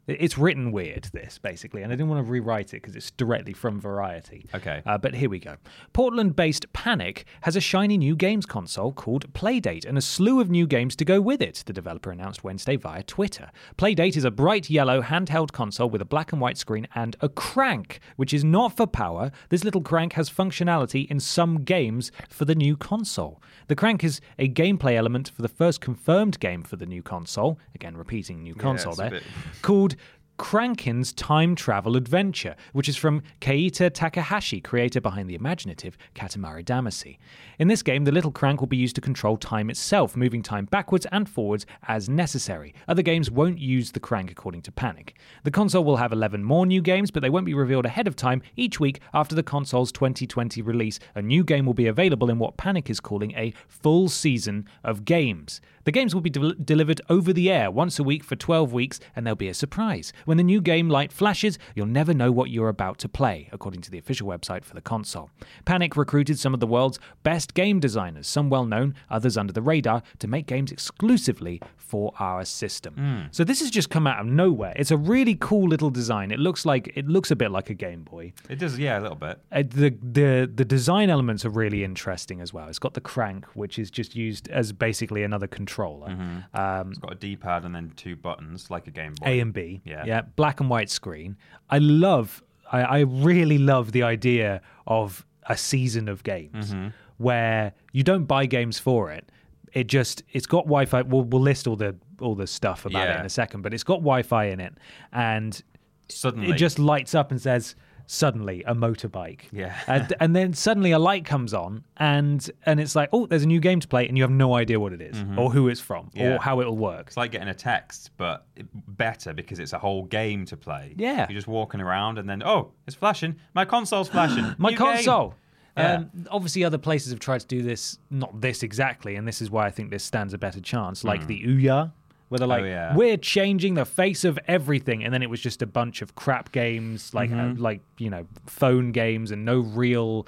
Speaker 1: It's written weird, this basically, and I didn't want to rewrite it because it's directly from Variety.
Speaker 2: Okay.
Speaker 1: Uh, but here we go. Portland based Panic has a shiny new games console called Playdate and a slew of new games to go with it, the developer announced Wednesday via Twitter. Playdate is a bright yellow handheld console with a black and white screen and a crank, which is not for power. This little crank has functionality in some games for the new console. The crank is a gameplay element for the first confirmed game for the new console, again, repeating new console
Speaker 2: it's a
Speaker 1: there,
Speaker 2: bit-
Speaker 1: called Kranken's Time Travel Adventure, which is from Keita Takahashi, creator behind the imaginative Katamari Damacy. In this game, the little crank will be used to control time itself, moving time backwards and forwards as necessary. Other games won't use the crank according to Panic. The console will have 11 more new games, but they won't be revealed ahead of time. Each week after the console's 2020 release, a new game will be available in what Panic is calling a full season of games. The games will be del- delivered over the air once a week for 12 weeks, and there'll be a surprise. When the new game light flashes, you'll never know what you're about to play, according to the official website for the console. Panic recruited some of the world's best game designers, some well known, others under the radar, to make games exclusively for our system. So this has just come out of nowhere. It's a really cool little design. It looks like it looks a bit like a Game Boy.
Speaker 2: It does, yeah, a little bit.
Speaker 1: Uh, the the the design elements are really interesting as well. It's got the crank, which is just used as basically another controller.
Speaker 2: Mm-hmm.
Speaker 1: Um,
Speaker 2: It's got a D-pad and then two buttons, like a Game Boy.
Speaker 1: a and B.
Speaker 2: Yeah.
Speaker 1: Yeah. Black and white screen. I love, I, I really love the idea of a season of games
Speaker 2: Mm-hmm.
Speaker 1: where you don't buy games for it. It just, it's got Wi Fi. We'll, we'll list all the, all the stuff about it
Speaker 2: Yeah.
Speaker 1: in a second, but it's got Wi Fi in it and
Speaker 2: Suddenly,
Speaker 1: it just lights up and says, suddenly a motorbike.
Speaker 2: Yeah.
Speaker 1: and, and then suddenly a light comes on and, and it's like, oh, there's a new game to play and you have no idea what it is or who it's from
Speaker 2: Mm-hmm. Yeah.
Speaker 1: or how it'll work.
Speaker 2: it's like getting a text, but it- better because it's a whole game to play.
Speaker 1: Yeah.
Speaker 2: You're just walking around, and then oh, it's flashing. My console's flashing.
Speaker 1: my
Speaker 2: New game.
Speaker 1: console.
Speaker 2: Yeah.
Speaker 1: Um, obviously, other places have tried to do this, not this exactly, and this is why I think this stands a better chance, like the Ouya, where they're like,
Speaker 2: Hmm. Oh, yeah.
Speaker 1: "We're changing the face of everything," and then it was just a bunch of crap games, like
Speaker 2: Mm-hmm.
Speaker 1: uh, like you know, phone games, and no real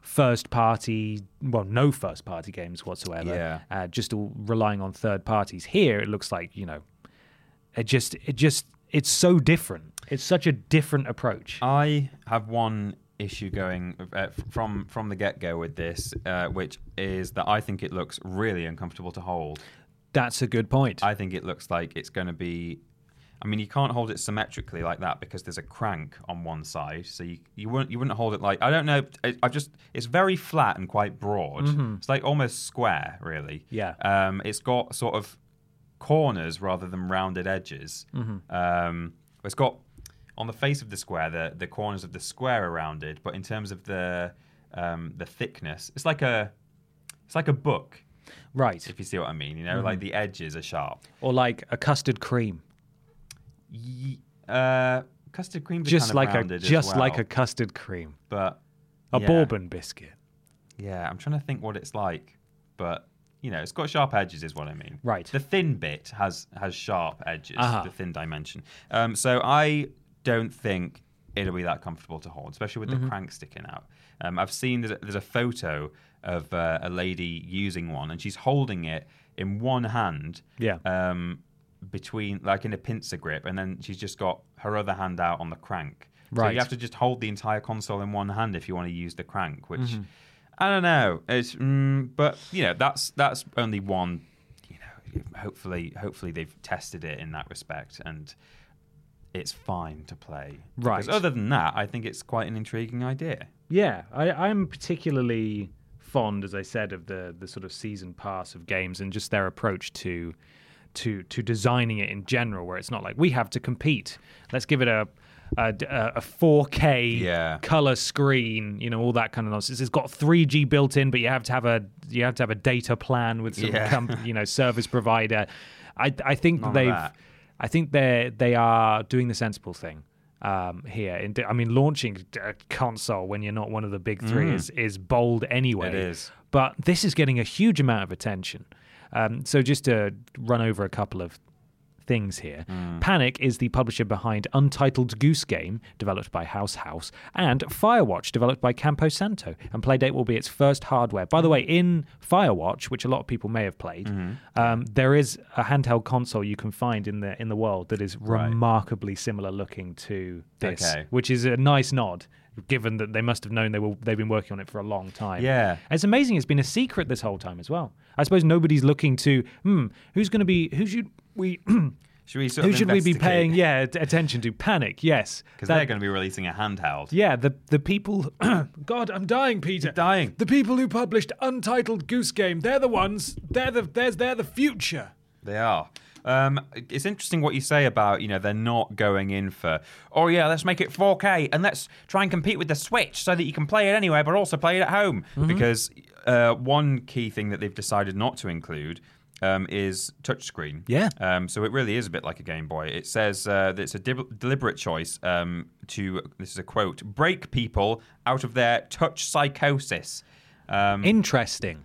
Speaker 1: first party, well, no first party games whatsoever.
Speaker 2: Yeah.
Speaker 1: uh, just all relying on third parties. Here, it looks like you know, it just it just it's so different. It's such a different approach.
Speaker 2: I have one issue going uh, f- from from the get go with this, uh, which is that I think it looks really uncomfortable to hold.
Speaker 1: That's a good point.
Speaker 2: I think it looks like it's going to be. I mean, you can't hold it symmetrically like that because there's a crank on one side, so you you wouldn't you wouldn't hold it like I don't know. I, I've just it's very flat and quite broad. It's like almost square, really.
Speaker 1: Yeah.
Speaker 2: Um, it's got sort of corners rather than rounded edges. Um, it's got on the face of the square the the corners of the square are rounded, but in terms of the um, the thickness, it's like a it's like a book.
Speaker 1: Right.
Speaker 2: If you see what I mean, you know, like the edges are sharp.
Speaker 1: Or like a custard cream.
Speaker 2: Ye- uh, custard cream,
Speaker 1: Just like a
Speaker 2: rounded as
Speaker 1: just like
Speaker 2: well,
Speaker 1: a custard cream.
Speaker 2: but
Speaker 1: A
Speaker 2: yeah.
Speaker 1: bourbon biscuit.
Speaker 2: Yeah, I'm trying to think what it's like, but you know, it's got sharp edges, is what I mean.
Speaker 1: Right.
Speaker 2: The thin bit has has sharp edges,
Speaker 1: Uh-huh.
Speaker 2: the thin dimension. Um, so I don't think it'll be that comfortable to hold, especially with
Speaker 1: Mm-hmm.
Speaker 2: the crank sticking out. Um, I've seen there's a, there's a photo of uh, a lady using one, and she's holding it in one hand.
Speaker 1: Yeah.
Speaker 2: Um, between like in a pincer grip, and then she's just got her other hand out on the crank. So
Speaker 1: Right.
Speaker 2: you have to just hold the entire console in one hand if you want to use the crank, which
Speaker 1: Mm-hmm.
Speaker 2: I don't know. It's mm, but you know that's that's only one. You know, hopefully, hopefully they've tested it in that respect, and it's fine to play.
Speaker 1: Right.
Speaker 2: Because other than that, I think it's quite an intriguing idea.
Speaker 1: Yeah, I, I'm particularly fond, as I said, of the the sort of season pass of games and just their approach to to to designing it in general, where it's not like we have to compete. Let's give it a a, d- a- a 4K
Speaker 2: Yeah.
Speaker 1: color screen, you know, all that kind of nonsense. It's got 3G built in, but you have to have a you have to have a data plan with some
Speaker 2: Yeah.
Speaker 1: com- you know service provider. I I think
Speaker 2: None of
Speaker 1: they've
Speaker 2: that.
Speaker 1: I think they they are doing the sensible thing um, here. In, I mean, launching a console when you're not one of the big three is is bold anyway.
Speaker 2: Mm. It is.
Speaker 1: but this is getting a huge amount of attention. Um, so just to run over a couple of things here.
Speaker 2: Hmm.
Speaker 1: Panic is the publisher behind Untitled Goose Game, developed by House House, and Firewatch, developed by Campo Santo. And Playdate will be its first hardware. By the way, in Firewatch, which a lot of people may have played,
Speaker 2: Mm-hmm.
Speaker 1: um, there is a handheld console you can find in the in the world that is remarkably similar looking to this,
Speaker 2: Okay.
Speaker 1: which is a nice nod. Given that they must have known they were they've been working on it for a long time.
Speaker 2: Yeah.
Speaker 1: It's amazing. It's been a secret this whole time as well. I suppose nobody's looking to hmm, who's going to be who should we
Speaker 2: Should we? Sort
Speaker 1: who
Speaker 2: of
Speaker 1: should we be paying?
Speaker 2: investigate?
Speaker 1: Yeah, att- attention to panic. Yes,
Speaker 2: Because
Speaker 1: That-
Speaker 2: they're going to be releasing a handheld.
Speaker 1: yeah, the the people. God, I'm dying, Peter.
Speaker 2: You're dying.
Speaker 1: The people who published Untitled Goose Game. They're the ones. They're the there's they're the future.
Speaker 2: They are. Um, it's interesting what you say about you know they're not going in for oh yeah let's make it 4K and let's try and compete with the Switch so that you can play it anywhere but also play it at home
Speaker 1: Mm-hmm.
Speaker 2: because uh, one key thing that they've decided not to include um, is touchscreen.
Speaker 1: Yeah.
Speaker 2: Um, so it really is a bit like a Game Boy. It says uh, that it's a dib- deliberate choice um, to this is a quote break people out of their touch psychosis. Um,
Speaker 1: Interesting.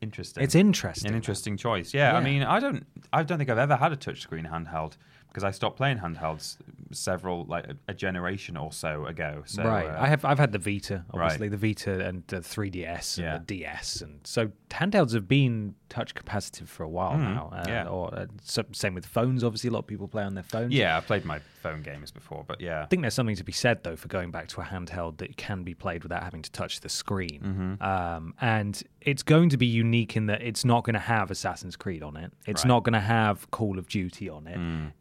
Speaker 2: interesting.
Speaker 1: It's interesting.
Speaker 2: An interesting choice. Yeah, I
Speaker 1: Yeah.
Speaker 2: mean, I don't, I don't think I've ever had a touchscreen handheld because I stopped playing handhelds several, like a, a generation or so ago. So,
Speaker 1: right.
Speaker 2: uh,
Speaker 1: I have I've had the Vita, obviously
Speaker 2: Right.
Speaker 1: the Vita and the 3DS and
Speaker 2: Yeah.
Speaker 1: the DS, and so handhelds have been touch capacitive for a while now. And,
Speaker 2: Hmm. yeah.
Speaker 1: Or uh, so, same with phones. Obviously, a lot of people play on their phones.
Speaker 2: yeah, I played my phone games before, but yeah,
Speaker 1: I think there's something to be said though for going back to a handheld that can be played without having to touch the screen.
Speaker 2: Mm-hmm.
Speaker 1: Um, and it's going to be unique in that it's not going to have Assassin's Creed on it. It's not going to have Call of Duty on it.
Speaker 2: Mm.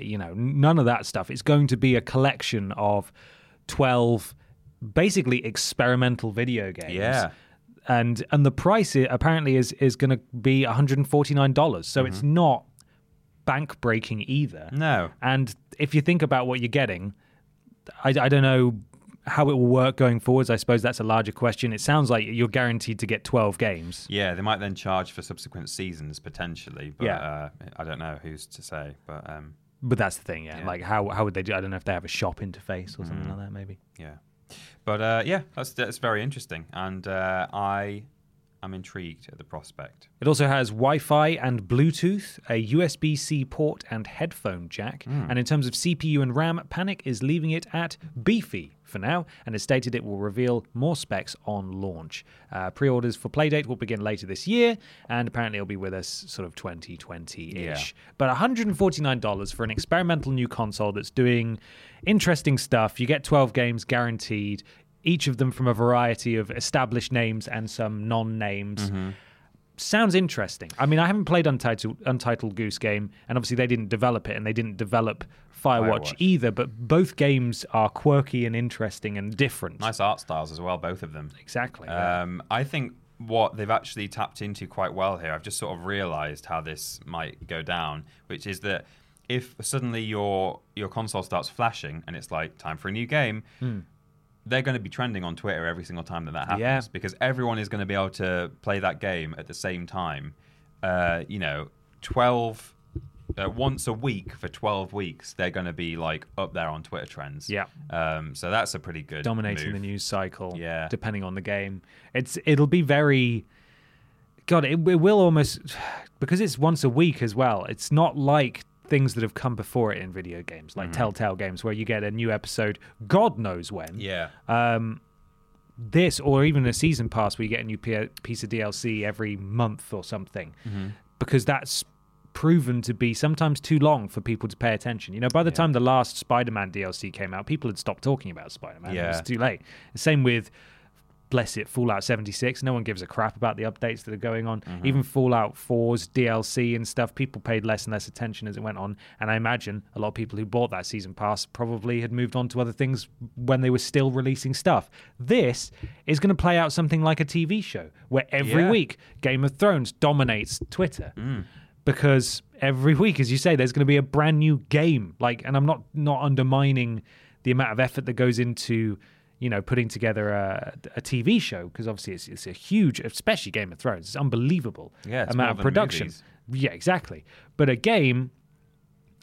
Speaker 1: Uh, you know, none of that stuff. It's going to be a collection of 12 basically experimental video games
Speaker 2: Yeah.
Speaker 1: and and the price i- apparently is is going to be 149 dollars so it's not bank breaking either
Speaker 2: Mm-hmm. No.
Speaker 1: and if you think about what you're getting I, I don't know how it will work going forwards i suppose that's a larger question it sounds like you're guaranteed to get 12 games
Speaker 2: yeah, they might then charge for subsequent seasons potentially, but
Speaker 1: Yeah.
Speaker 2: uh, I don't know who's to say, but um,
Speaker 1: but that's the thing yeah, like how how would they do i don't know if they have a shop interface or something like that maybe
Speaker 2: yeah, but uh, yeah, that's that's very interesting, and uh, I am intrigued at the prospect.
Speaker 1: It also has Wi Fi and Bluetooth, a USB C port, and headphone jack. And in terms of CPU and RAM, Panic is leaving it at beefy for now and has stated it will reveal more specs on launch. Uh, Pre orders for Playdate will begin later this year, and apparently it'll be with us sort of 2020 ish. But $149 for an experimental new console that's doing interesting stuff. You get 12 games guaranteed. Each of them from a variety of established names and some non names sounds interesting. I mean, I haven't played Untitled Untitled Goose Game, and obviously they didn't develop it, and they didn't develop Firewatch,
Speaker 2: Firewatch.
Speaker 1: either. But both games are quirky and interesting and different.
Speaker 2: Nice art styles as well, both of them.
Speaker 1: Exactly.
Speaker 2: Um, I think what they've actually tapped into quite well here, I've just sort of realised how this might go down, which is that if suddenly your your console starts flashing and it's like time for a new game, they're going to be trending on Twitter every single time that that happens
Speaker 1: Hmm. Yeah.
Speaker 2: because everyone is going to be able to play that game at the same time. Uh, you know, twelve uh, once a week for twelve weeks, they're going to be like up there on Twitter trends.
Speaker 1: Yeah.
Speaker 2: Um, so that's a pretty good
Speaker 1: dominating
Speaker 2: move.
Speaker 1: the news cycle.
Speaker 2: Yeah.
Speaker 1: depending on the game, it's it'll be very. God, it, it will almost because it's once a week as well. It's not like things that have come before it in video games,
Speaker 2: Mm-hmm.
Speaker 1: like Telltale games, where you get a new episode, God knows when.
Speaker 2: Yeah.
Speaker 1: This, or even a season pass, where you get a new p- piece of DLC every month or something, because that's proven to be sometimes too long for people to pay attention. You know, by the time the last Spider-Man DLC came out, people had stopped talking about Spider-Man. It was
Speaker 2: Yeah.
Speaker 1: too late. Same with bless it, Fallout 76. No one gives a crap about the updates that are going on. Even Fallout 4's DLC and stuff, people paid less and less attention as it went on. And I imagine a lot of people who bought that season pass probably had moved on to other things when they were still releasing stuff. This is going to play out something like a TV show where every
Speaker 2: Yeah.
Speaker 1: week Game of Thrones dominates Twitter. Because every week, as you say, there's going to be a brand new game. Like, and I'm not not undermining the amount of effort that goes into you know, putting together a, a TV show because obviously it's, it's a huge, especially Game of Thrones, it's unbelievable
Speaker 2: Yeah, it's more
Speaker 1: amount of
Speaker 2: than
Speaker 1: production.
Speaker 2: movies.
Speaker 1: Yeah, exactly. But a game,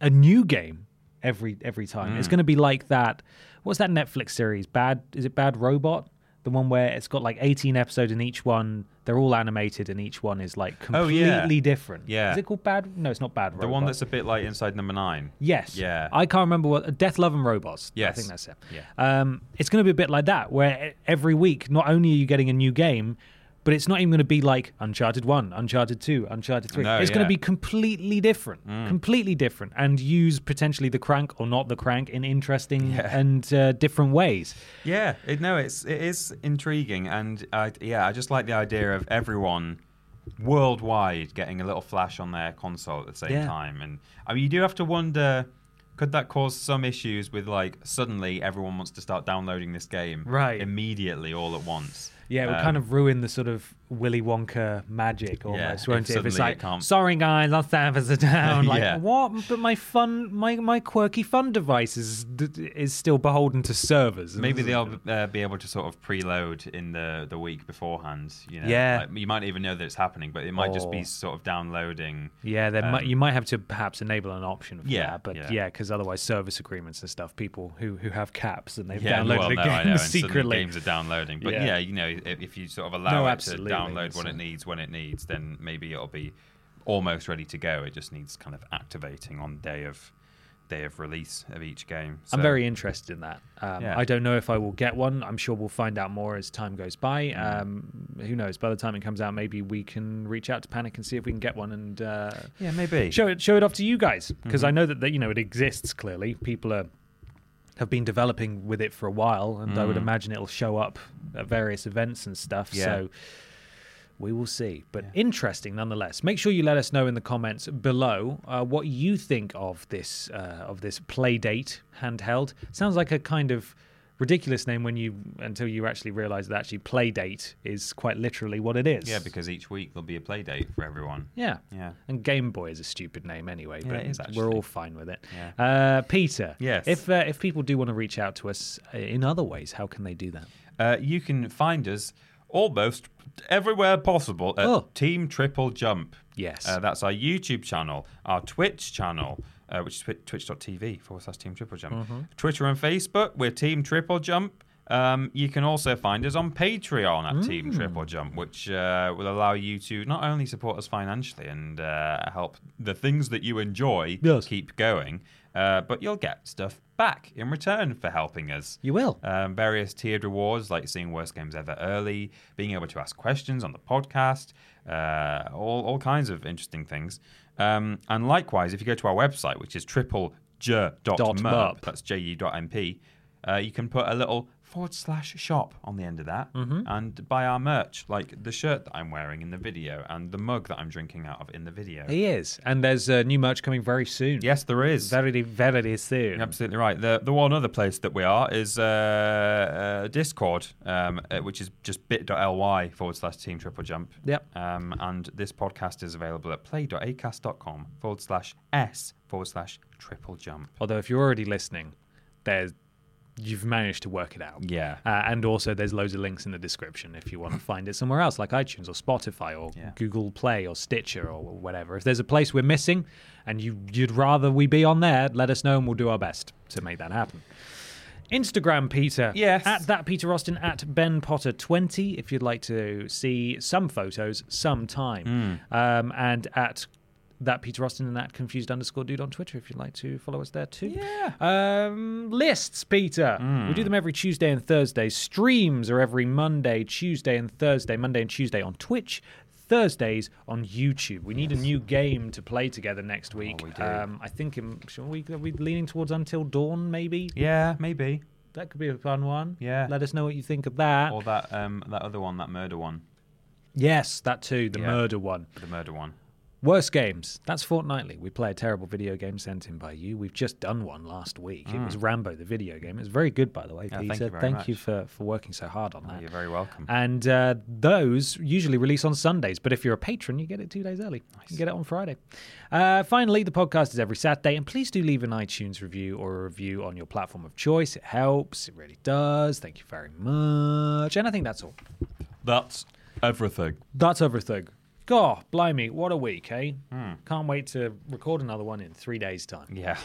Speaker 1: a new game every every time,
Speaker 2: Mm.
Speaker 1: it's going to be like that. What's that Netflix series? Bad is it Bad Robot? The one where it's got like 18 episodes in each one, they're all animated, and each one is like
Speaker 2: Oh,
Speaker 1: completely
Speaker 2: yeah.
Speaker 1: different.
Speaker 2: Yeah.
Speaker 1: is it called Bad? No, it's not Bad Robot.
Speaker 2: the one that's a bit like Inside Number Nine.
Speaker 1: Yes.
Speaker 2: Yeah.
Speaker 1: I can't remember what Death, Love, and Robots. I
Speaker 2: Yes.
Speaker 1: think that's it.
Speaker 2: Yeah.
Speaker 1: Um, it's going to be a bit like that, where e- every week, not only are you getting a new game, but it's not even going to be like Uncharted 1, Uncharted 2, Uncharted 3.
Speaker 2: No,
Speaker 1: it's going
Speaker 2: yeah. Mm.
Speaker 1: to be completely different, completely different, and use potentially the crank or not the crank in interesting and uh, different ways.
Speaker 2: Yeah, it, no, it's it is intriguing, and I, yeah, I just like the idea of everyone worldwide getting a little flash on their console at the same
Speaker 1: Yeah.
Speaker 2: time, and I mean, you do have to wonder. Could that cause some issues with like suddenly everyone wants to start downloading this game
Speaker 1: Right.
Speaker 2: immediately all at once?
Speaker 1: Yeah, it would
Speaker 2: Um,
Speaker 1: kind of ruin the sort of Willy Wonka magic almost,
Speaker 2: if
Speaker 1: won't it? If it's
Speaker 2: suddenly
Speaker 1: like,
Speaker 2: it can't-
Speaker 1: sorry guys, our servers are down. Like,
Speaker 2: Yeah.
Speaker 1: what? But my fun, my, my quirky fun device is, d- is still beholden to servers.
Speaker 2: Maybe they'll uh, be able to sort of preload in the, the week beforehand. You know,
Speaker 1: Yeah. Oh.
Speaker 2: Like, you might not even know that it's happening, but it might just
Speaker 1: Or-
Speaker 2: be sort of downloading.
Speaker 1: Yeah, there might, you might have to perhaps enable an option for
Speaker 2: um, Yeah,
Speaker 1: that, but
Speaker 2: yeah.
Speaker 1: yeah, because otherwise service agreements and stuff, people who, who have caps and they've
Speaker 2: Yeah,
Speaker 1: downloaded
Speaker 2: well,
Speaker 1: the
Speaker 2: no,
Speaker 1: game
Speaker 2: I know, and suddenly
Speaker 1: secretly.
Speaker 2: games are downloading. But
Speaker 1: Yeah.
Speaker 2: yeah, you know, if, if you sort of allow
Speaker 1: No,
Speaker 2: it to
Speaker 1: absolutely,
Speaker 2: download
Speaker 1: it's,
Speaker 2: what it
Speaker 1: uh,
Speaker 2: needs when it needs, then maybe it'll be almost ready to go. It just needs kind of activating on day of day of release of each game. So,
Speaker 1: I'm very interested in that. Um,
Speaker 2: Yeah.
Speaker 1: I don't know if I will get one. I'm sure we'll find out more as time goes by.
Speaker 2: Mm.
Speaker 1: Um, who knows? By the time it comes out, maybe we can reach out to Panic and see if we can get one and uh,
Speaker 2: yeah, maybe.
Speaker 1: show it show it off to you guys because
Speaker 2: Mm-hmm.
Speaker 1: I know that, that you know it exists. Clearly, people are have been developing with it for a while, and I would imagine it'll show up at various events and stuff.
Speaker 2: Mm. Yeah.
Speaker 1: So. We will see, but interesting nonetheless. Make sure you let us know in the comments below uh, what you think of this uh, of this Playdate handheld. Sounds like a kind of ridiculous name when you until you actually realise that actually Playdate is quite literally what it is.
Speaker 2: Yeah, because each week there'll be a play date for everyone.
Speaker 1: yeah,
Speaker 2: Yeah.
Speaker 1: And Game Boy is a stupid name anyway, but
Speaker 2: it is
Speaker 1: we're
Speaker 2: actually.
Speaker 1: all fine with it. Uh, Peter,
Speaker 2: Yes.
Speaker 1: If uh, if people do want to reach out to us uh, in other ways, how can they do that?
Speaker 2: Uh, you can find us almost everywhere possible at
Speaker 1: Oh.
Speaker 2: Team Triple Jump.
Speaker 1: Yes.
Speaker 2: Uh, that's our YouTube channel, our Twitch channel, uh, which is twi- twitch.tv forward slash Team Triple Jump.
Speaker 1: Mm-hmm.
Speaker 2: Twitter and Facebook, we're Team Triple Jump. Um, you can also find us on Patreon at
Speaker 1: Mm.
Speaker 2: Team Triple Jump, which uh, will allow you to not only support us financially and uh, help the things that you enjoy
Speaker 1: Yes.
Speaker 2: keep going, uh, but you'll get stuff back in return for helping us.
Speaker 1: You will.
Speaker 2: Um, various tiered rewards like seeing worst games ever early, being able to ask questions on the podcast, uh, all, all kinds of interesting things. Um, and likewise, if you go to our website, which is
Speaker 1: merp.
Speaker 2: triplej.merp, that's E ju.mp, uh, you can put a little forward slash shop on the end of that and buy our merch, like the shirt that I'm wearing in the video and the mug that I'm drinking out of in the video.
Speaker 1: He is, and there's uh, new merch coming very soon.
Speaker 2: Yes, there is.
Speaker 1: very very soon.
Speaker 2: You're absolutely right. The the one other place that we are is uh, uh, Discord, um, uh, which is just bit.ly forward slash team triple jump.
Speaker 1: Yep.
Speaker 2: Um, and this podcast is available at play.acast.com forward slash s forward slash triple jump.
Speaker 1: Although if you're already listening, there's you've managed to work it out.
Speaker 2: Yeah.
Speaker 1: Uh, and also, there's loads of links in the description if you want to find it somewhere else, like iTunes or Spotify or
Speaker 2: Yeah.
Speaker 1: Google Play or Stitcher or whatever. If there's a place we're missing and you, you'd rather we be on there, let us know and we'll do our best to make that happen. Instagram, Peter.
Speaker 2: Yes.
Speaker 1: At that Peter Austin, at Ben Potter 20, if you'd like to see some photos sometime.
Speaker 2: Hmm.
Speaker 1: Um, and at that Peter Austin and at confused underscore dude on Twitter, if you'd like to follow us there too.
Speaker 2: Yeah. Hmm.
Speaker 1: Um, lists, Peter. We do them every Tuesday and Thursday. Streams are every Monday, Tuesday, and Thursday. Monday and Tuesday on Twitch. Thursdays on YouTube. We need a new game to play together next week.
Speaker 2: Oh, we do.
Speaker 1: Um, I think um, shall we are we leaning towards Until Dawn maybe.
Speaker 2: Yeah, maybe.
Speaker 1: That could be a fun one.
Speaker 2: Yeah.
Speaker 1: Let us know what you think of that.
Speaker 2: Or that um that other one, that murder one,
Speaker 1: yes, that too. The
Speaker 2: Yeah.
Speaker 1: murder one.
Speaker 2: the murder one.
Speaker 1: Worst games. That's fortnightly. We play a terrible video game sent in by you. We've just done one last week. It was Rambo the video game. It was very good, by the way,
Speaker 2: Mm. Yeah,
Speaker 1: Peter.
Speaker 2: thank
Speaker 1: you
Speaker 2: you very much.
Speaker 1: for, for working so hard on
Speaker 2: Oh,
Speaker 1: that.
Speaker 2: you're very welcome.
Speaker 1: And uh, those usually release on Sundays, but if you're a patron, you get it two days early. You can get it on Friday. Uh, finally, the podcast is every Saturday, and please do leave an iTunes review or a review on your platform of choice. It helps. It really does. Thank you very much. And I think that's all.
Speaker 2: That's everything.
Speaker 1: That's everything. God, blimey, what a week, eh? Can't wait to record another one in three days' time.
Speaker 2: Hmm. Yeah,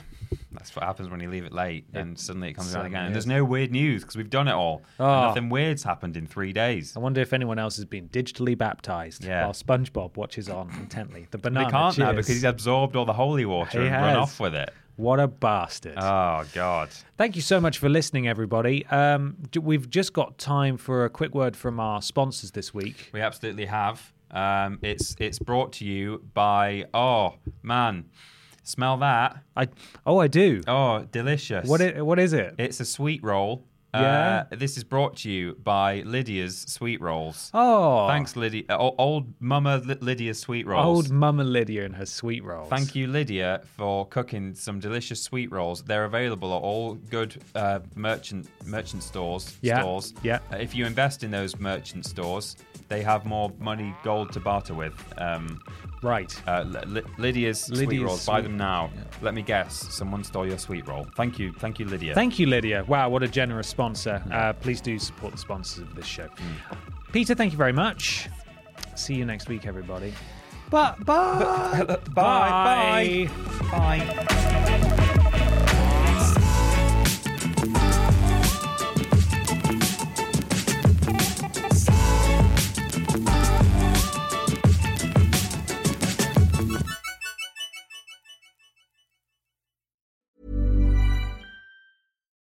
Speaker 2: that's what happens when you leave it late, and suddenly it comes around
Speaker 1: suddenly
Speaker 2: again. And
Speaker 1: is.
Speaker 2: there's no weird news because we've done it all. And
Speaker 1: Ah.
Speaker 2: Nothing weird's happened in three days.
Speaker 1: I wonder if anyone else has been digitally baptized
Speaker 2: Yeah.
Speaker 1: while SpongeBob watches on intently. The
Speaker 2: They
Speaker 1: banana.
Speaker 2: can't now
Speaker 1: cheers.
Speaker 2: because he's absorbed all the holy water
Speaker 1: He
Speaker 2: and run
Speaker 1: has.
Speaker 2: off with it.
Speaker 1: What a bastard.
Speaker 2: Oh God!
Speaker 1: Thank you so much for listening, everybody. Um, j- we've just got time for a quick word from our sponsors this week.
Speaker 2: We absolutely have. Um, it's it's brought to you by oh man, smell that
Speaker 1: I oh, I do.
Speaker 2: oh delicious.
Speaker 1: What i- what is it?
Speaker 2: It's a sweet roll.
Speaker 1: Yeah?
Speaker 2: Uh, this is brought to you by Lydia's Sweet Rolls.
Speaker 1: oh,
Speaker 2: Thanks, Lydia. uh, o- Old Mama Li- Lydia's Sweet Rolls.
Speaker 1: old Mama Lydia and her sweet rolls.
Speaker 2: Thank you, Lydia, for cooking some delicious sweet rolls. They're available at all good uh, merchant merchant stores.
Speaker 1: Yeah,
Speaker 2: Stores.
Speaker 1: yeah.
Speaker 2: Uh, if you invest in those merchant stores, they have more money, gold to barter with. Um,
Speaker 1: Right.
Speaker 2: uh, Li- Li- Lydia's, sweet
Speaker 1: Lydia's
Speaker 2: rolls. Buy
Speaker 1: sweet-
Speaker 2: them now. Let me guess. Someone stole your sweet roll. Thank you. Thank you, Lydia.
Speaker 1: Thank you, Lydia. Wow, what a generous sponsor. Uh, please do support the sponsors of this show. Peter, thank you very much. See you next week, everybody. But bye. Bye.
Speaker 2: Bye. Bye. Bye.